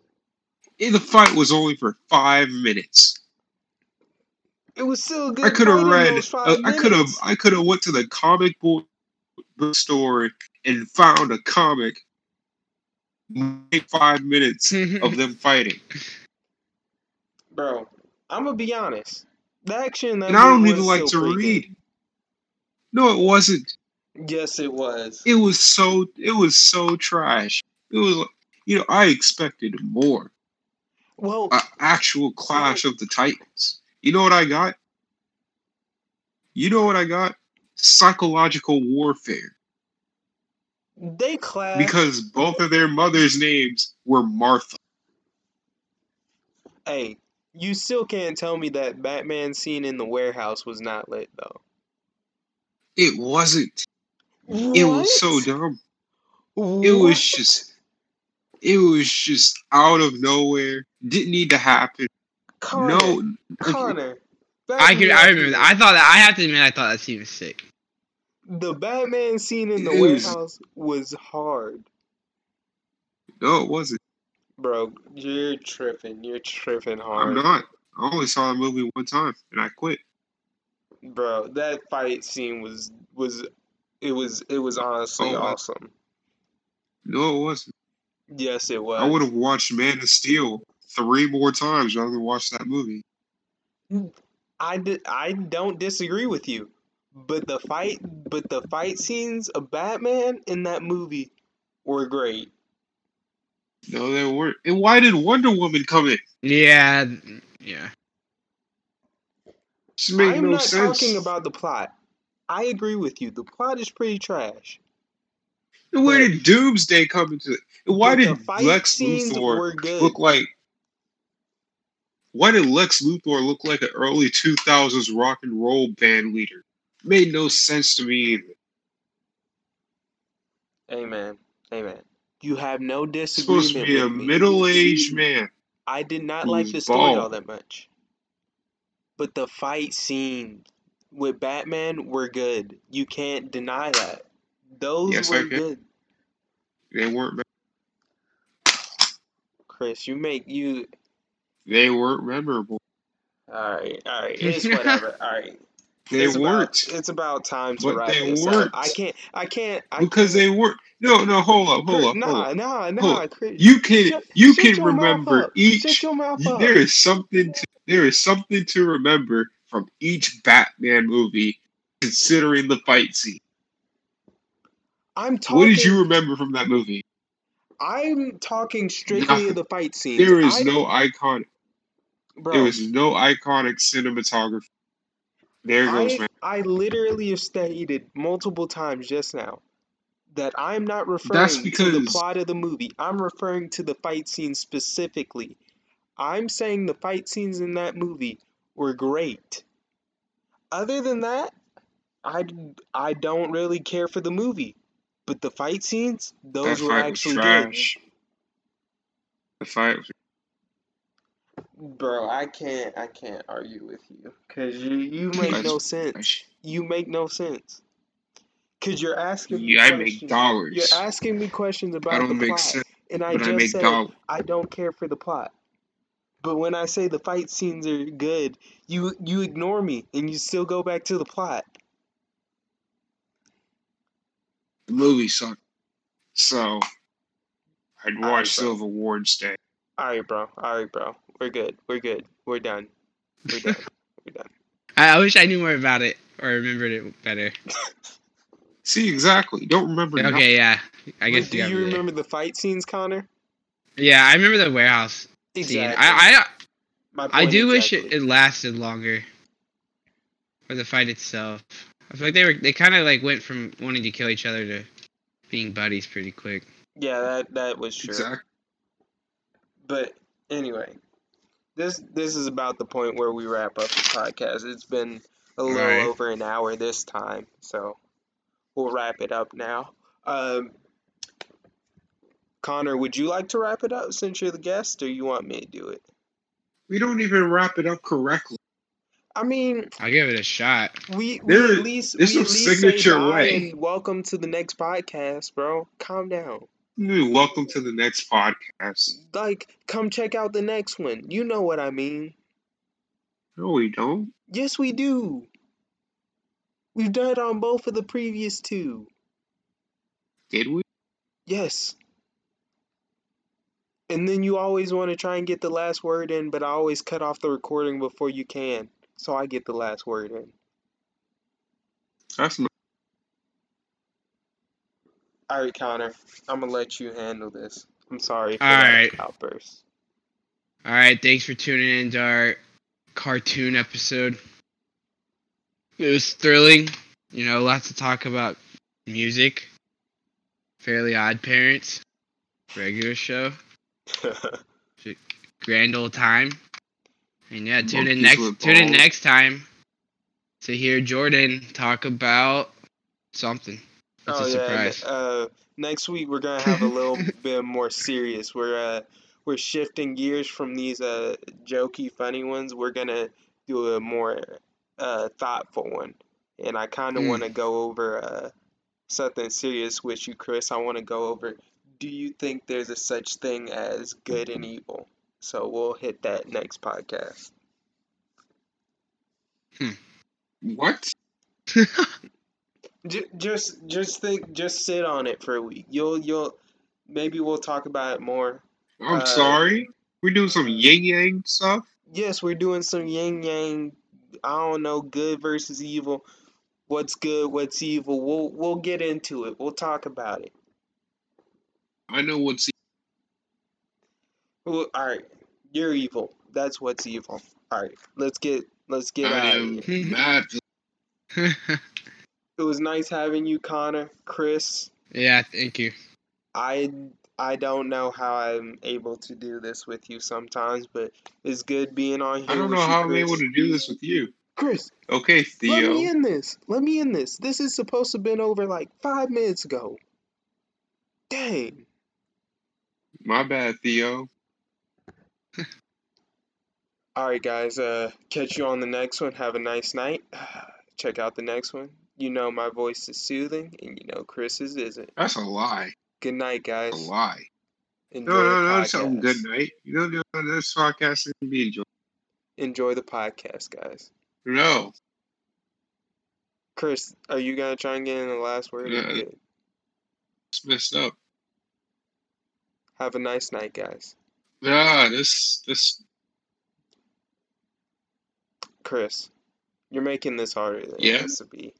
S2: Eh, The fight was only for five minutes.
S1: It was still a good.
S2: I could have
S1: fight in
S2: read.
S1: those
S2: uh,
S1: five
S2: I could have.
S1: minutes.
S2: I could have went to the comic book book store and found a comic. Five minutes of them
S1: [LAUGHS]
S2: fighting,
S1: Bro, I'm gonna be honest. The action in that
S2: and I don't
S1: movie
S2: even
S1: was
S2: like
S1: still
S2: to
S1: pretty
S2: read. No, it wasn't.
S1: good. Yes, it was.
S2: It was so. It was so trash. It was. like- You know, I expected more.
S1: Well,
S2: an actual clash of the titans. You know what I got? You know what I got? Psychological warfare.
S1: they clashed.
S2: Because both of their mothers' names were Martha.
S1: hey, you still can't tell me that Batman scene in the warehouse was not lit though.
S2: It wasn't. It was so
S1: What?
S2: dumb. It was just it was just out of nowhere. Didn't need to happen.
S1: Connor,
S2: No
S1: Connor.
S3: I
S1: back
S3: can.
S1: me
S3: I
S1: up
S3: remember.
S1: here.
S3: That. I thought that. I have to admit, I thought that scene was sick.
S1: The Batman scene in the
S2: It was-
S1: warehouse was hard,
S2: no it wasn't.
S1: bro. You're tripping. You're tripping hard,
S2: I'm not. I only saw the movie one time and I quit.
S1: bro. That fight scene was was it was it was honestly
S2: Oh, I-
S1: awesome.
S2: No, it wasn't.
S1: Yes, it was.
S2: I would have watched Man of Steel three more times rather than watch that movie.
S1: I di- I don't disagree with you, but the fight but the fight scenes of Batman in that movie were great.
S2: No, they weren't. And why did Wonder Woman come in?
S3: Yeah, th- yeah.
S2: Just made
S1: I'm
S2: no
S1: not
S2: sense.
S1: talking about the plot. I agree with you. The plot is pretty trash.
S2: And where did Doomsday come into it? And why
S1: But the
S2: did
S1: fight
S2: Lex
S1: scenes
S2: Luthor
S1: were good.
S2: look like? Why did Lex Luthor look like an early two thousands rock and roll band leader? Made no sense to me. Either.
S1: Amen. Amen. You have no disagreement
S2: Supposed to be a
S1: with me. [LAUGHS]
S2: middle aged man.
S1: I did not
S2: who
S1: like
S2: was
S1: the story
S2: bald.
S1: all that much. But the fight scenes with Batman were good. You can't deny that. Those
S2: Yes, I
S1: were
S2: can.
S1: good.
S2: They weren't. ma-
S1: Chris, you make you
S2: They weren't memorable.
S1: alright,
S2: [LAUGHS]
S1: alright. It's whatever. alright.
S2: They
S1: it's
S2: weren't
S1: About, it's about time to
S2: But
S1: wrap
S2: they
S1: this
S2: weren't.
S1: up. I can't I can't I
S2: because they weren't. No, no. Hold up. Hold up.
S1: Nah,
S2: Hold up.
S1: nah, nah,
S2: hold
S1: Chris.
S2: You can.
S1: Shut-
S2: You
S1: shut
S2: can
S1: your mouth
S2: remember
S1: up.
S2: each
S1: Shut your mouth
S2: You-
S1: up.
S2: there is something to, there is something to remember from each Batman movie considering the fight scene.
S1: I'm talking
S2: What did you remember from that movie?
S1: I'm talking strictly
S2: Nothing.
S1: of the fight scenes.
S2: There is
S1: I-
S2: no iconic
S1: bro,
S2: there is no iconic cinematography. There goes
S1: I,
S2: man.
S1: I literally have stated multiple times just now that I'm not referring
S2: That's
S1: to the
S2: because-
S1: plot of the movie. I'm referring to the fight scenes specifically. I'm saying the fight scenes in that movie were great. Other than that, I, I don't really care for the movie. But the fight scenes, those
S2: that
S1: were
S2: fight was
S1: actually good.
S2: trash. The fight was
S1: Bro, I can't I can't argue with you cuz you you make
S2: That's-
S1: no sense.
S2: trash.
S1: You make no sense. Cuz you're asking me
S2: Yeah, I make
S1: questions.
S2: dollars.
S1: You're asking me questions
S2: I
S1: about the
S2: don't make
S1: plot
S2: sense,
S1: and I
S2: but
S1: just
S2: I make
S1: said
S2: dollars.
S1: I don't care for the plot. But when I say the fight scenes are good, you you ignore me and you still go back to the plot.
S2: The movie sucked. So I'd
S1: right,
S2: watch
S1: bro.
S2: Civil War instead.
S1: All right, bro. All right, bro. We're good. We're good. We're done. We're done. We're done.
S3: I, I wish I knew more about it or remembered it better.
S2: See, exactly. Don't remember nothing.
S3: Okay, yeah. [LAUGHS] I guess
S1: Wait, do
S3: you got
S1: you
S3: me there.
S1: remember the fight scenes, Connor?
S3: Yeah, I remember the warehouse scene. I
S1: My
S3: I, I
S1: point
S3: do wish
S1: exactly.
S3: it, it lasted longer for the fight itself. I feel like they were they kind of like went from wanting to kill each other to being buddies pretty quick.
S1: Yeah, that that was true.
S2: Exactly.
S1: But anyway, this this is about the point where we wrap up the podcast. It's been a little
S3: Right.
S1: over an hour this time, so we'll wrap it up now. Um, Connor, would you like to wrap it up since you're the guest, or you want me to do it?
S2: We don't even wrap it up correctly.
S1: I mean,
S3: I'll give it a shot.
S1: we, we
S2: There-
S1: at least
S2: this
S1: we at
S2: was
S1: least say
S2: signature
S1: bye
S2: way.
S1: and welcome to the next podcast, bro. Calm down.
S2: Mm, Welcome to the next podcast.
S1: Like, come check out the next one. You know what I mean.
S2: No, we don't.
S1: Yes, we do. We've done it on both of the previous two.
S2: Did we?
S1: Yes. And then you always want to try and get the last word in, but I always cut off the recording before you can. So I get the last word in.
S2: That's not.
S1: All right, Connor. I'm going to let you handle this. I'm sorry for
S3: All
S1: that
S3: right.
S1: outburst. [LAUGHS]
S3: All right, thanks for tuning in to our cartoon episode. It was thrilling. You know, lots to talk about music, Fairly Odd Parents, regular show, grand old time. And yeah, tune
S2: Monkeys
S3: in next
S2: with
S3: tune in
S2: balls.
S3: next time to hear Jordan talk about something. It's
S1: oh,
S3: a
S1: yeah.
S3: surprise.
S1: Uh, next week, we're going to have a
S3: [LAUGHS]
S1: little bit more serious. We're, uh, we're shifting gears from these uh, jokey, funny ones. We're going to do a more uh, thoughtful one. And I kind of
S3: Hmm.
S1: want to go over uh, something serious with you, Chris. I want to go over do you think there's a such thing as good and evil? So we'll hit that next podcast.
S2: What?
S1: J- just just think just sit on it for a week. You'll you'll maybe we'll talk about it more.
S2: I'm
S1: Uh,
S2: sorry. We're doing some yin yang stuff.
S1: Yes, we're doing some yin yang. I don't know, good versus evil. What's good, what's evil? We'll we'll get into it. We'll talk about it.
S2: I
S1: [LAUGHS]
S2: know what's.
S1: Well, all right, you're evil. That's what's evil. All right, let's get let's get
S2: I
S1: out of
S2: am
S1: here.
S3: [LAUGHS] here.
S2: mad.
S1: It was nice having you, Connor, Chris.
S3: yeah, thank you.
S1: I I don't know how I'm able to do this with you sometimes, but it's good being on here.
S2: I don't
S1: with
S2: know
S1: you,
S2: how I'm
S1: Chris.
S2: able to do this with you.
S1: Chris,
S2: Okay,
S1: let me
S2: Theo.
S1: in this. Let me in this. This is supposed to have been over like five minutes ago. Dang.
S2: My bad, Theo.
S1: All right, guys. Uh, catch you on the next one. Have a nice night. [SIGHS] Check out the next one. You know my voice is soothing, and you know Chris's isn't.
S2: That's a lie.
S1: Good night,
S2: A
S1: guys.
S2: lie.
S1: Enjoy
S2: No, no,
S1: the
S2: no.
S1: podcast.
S2: That's something good night. You know, no, no, this podcast is gonna be enjoyable.
S1: Enjoy the podcast, guys.
S2: No.
S1: Chris, are you gonna try and get in the last word? or you
S2: Yeah.
S1: good?
S2: It's messed up.
S1: Have a nice night, guys.
S2: Ah, this this
S1: Chris, you're making this harder than
S2: Yeah?
S1: it has to be.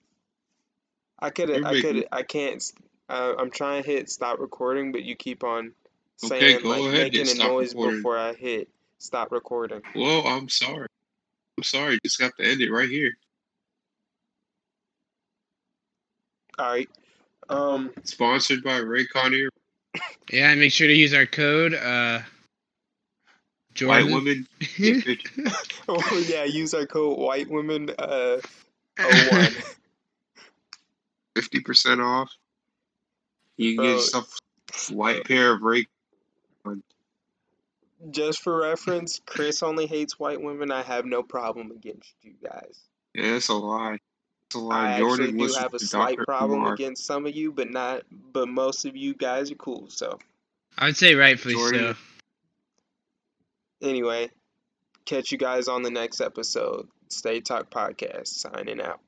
S1: I could,
S2: You're
S1: I could,
S2: making-
S1: I can't. s- Uh, I'm trying to hit stop recording, but you keep on
S2: Okay,
S1: saying
S2: go
S1: like
S2: ahead, hit
S1: making a
S2: stop
S1: noise
S2: recording.
S1: before I hit stop recording.
S2: Well, I'm sorry. I'm sorry. Just got to end it right here.
S1: All right. Um, [LAUGHS]
S2: Sponsored by Ray Connier,
S3: Yeah, and make sure to use our code, uh,
S2: White
S3: [LAUGHS] Jordan.
S2: Women. Stupid.
S1: oh, yeah, use our code white women uh 01.
S2: [LAUGHS] 50% off. You can
S1: Bro.
S2: get yourself a white pair of Ray
S1: Just for reference, Chris only hates white women. I have no problem against you guys.
S2: Yeah, that's a lie. That's a lie.
S1: I
S2: Jordan
S1: actually do
S2: listens
S1: have a
S2: to
S1: slight
S2: Dr.
S1: problem
S2: Umar.
S1: against some of you, but not but most of you guys are cool. So
S3: I would say rightfully
S2: Jordan.
S3: so.
S1: anyway, catch you guys on the next episode. Stay Talk Podcast signing out.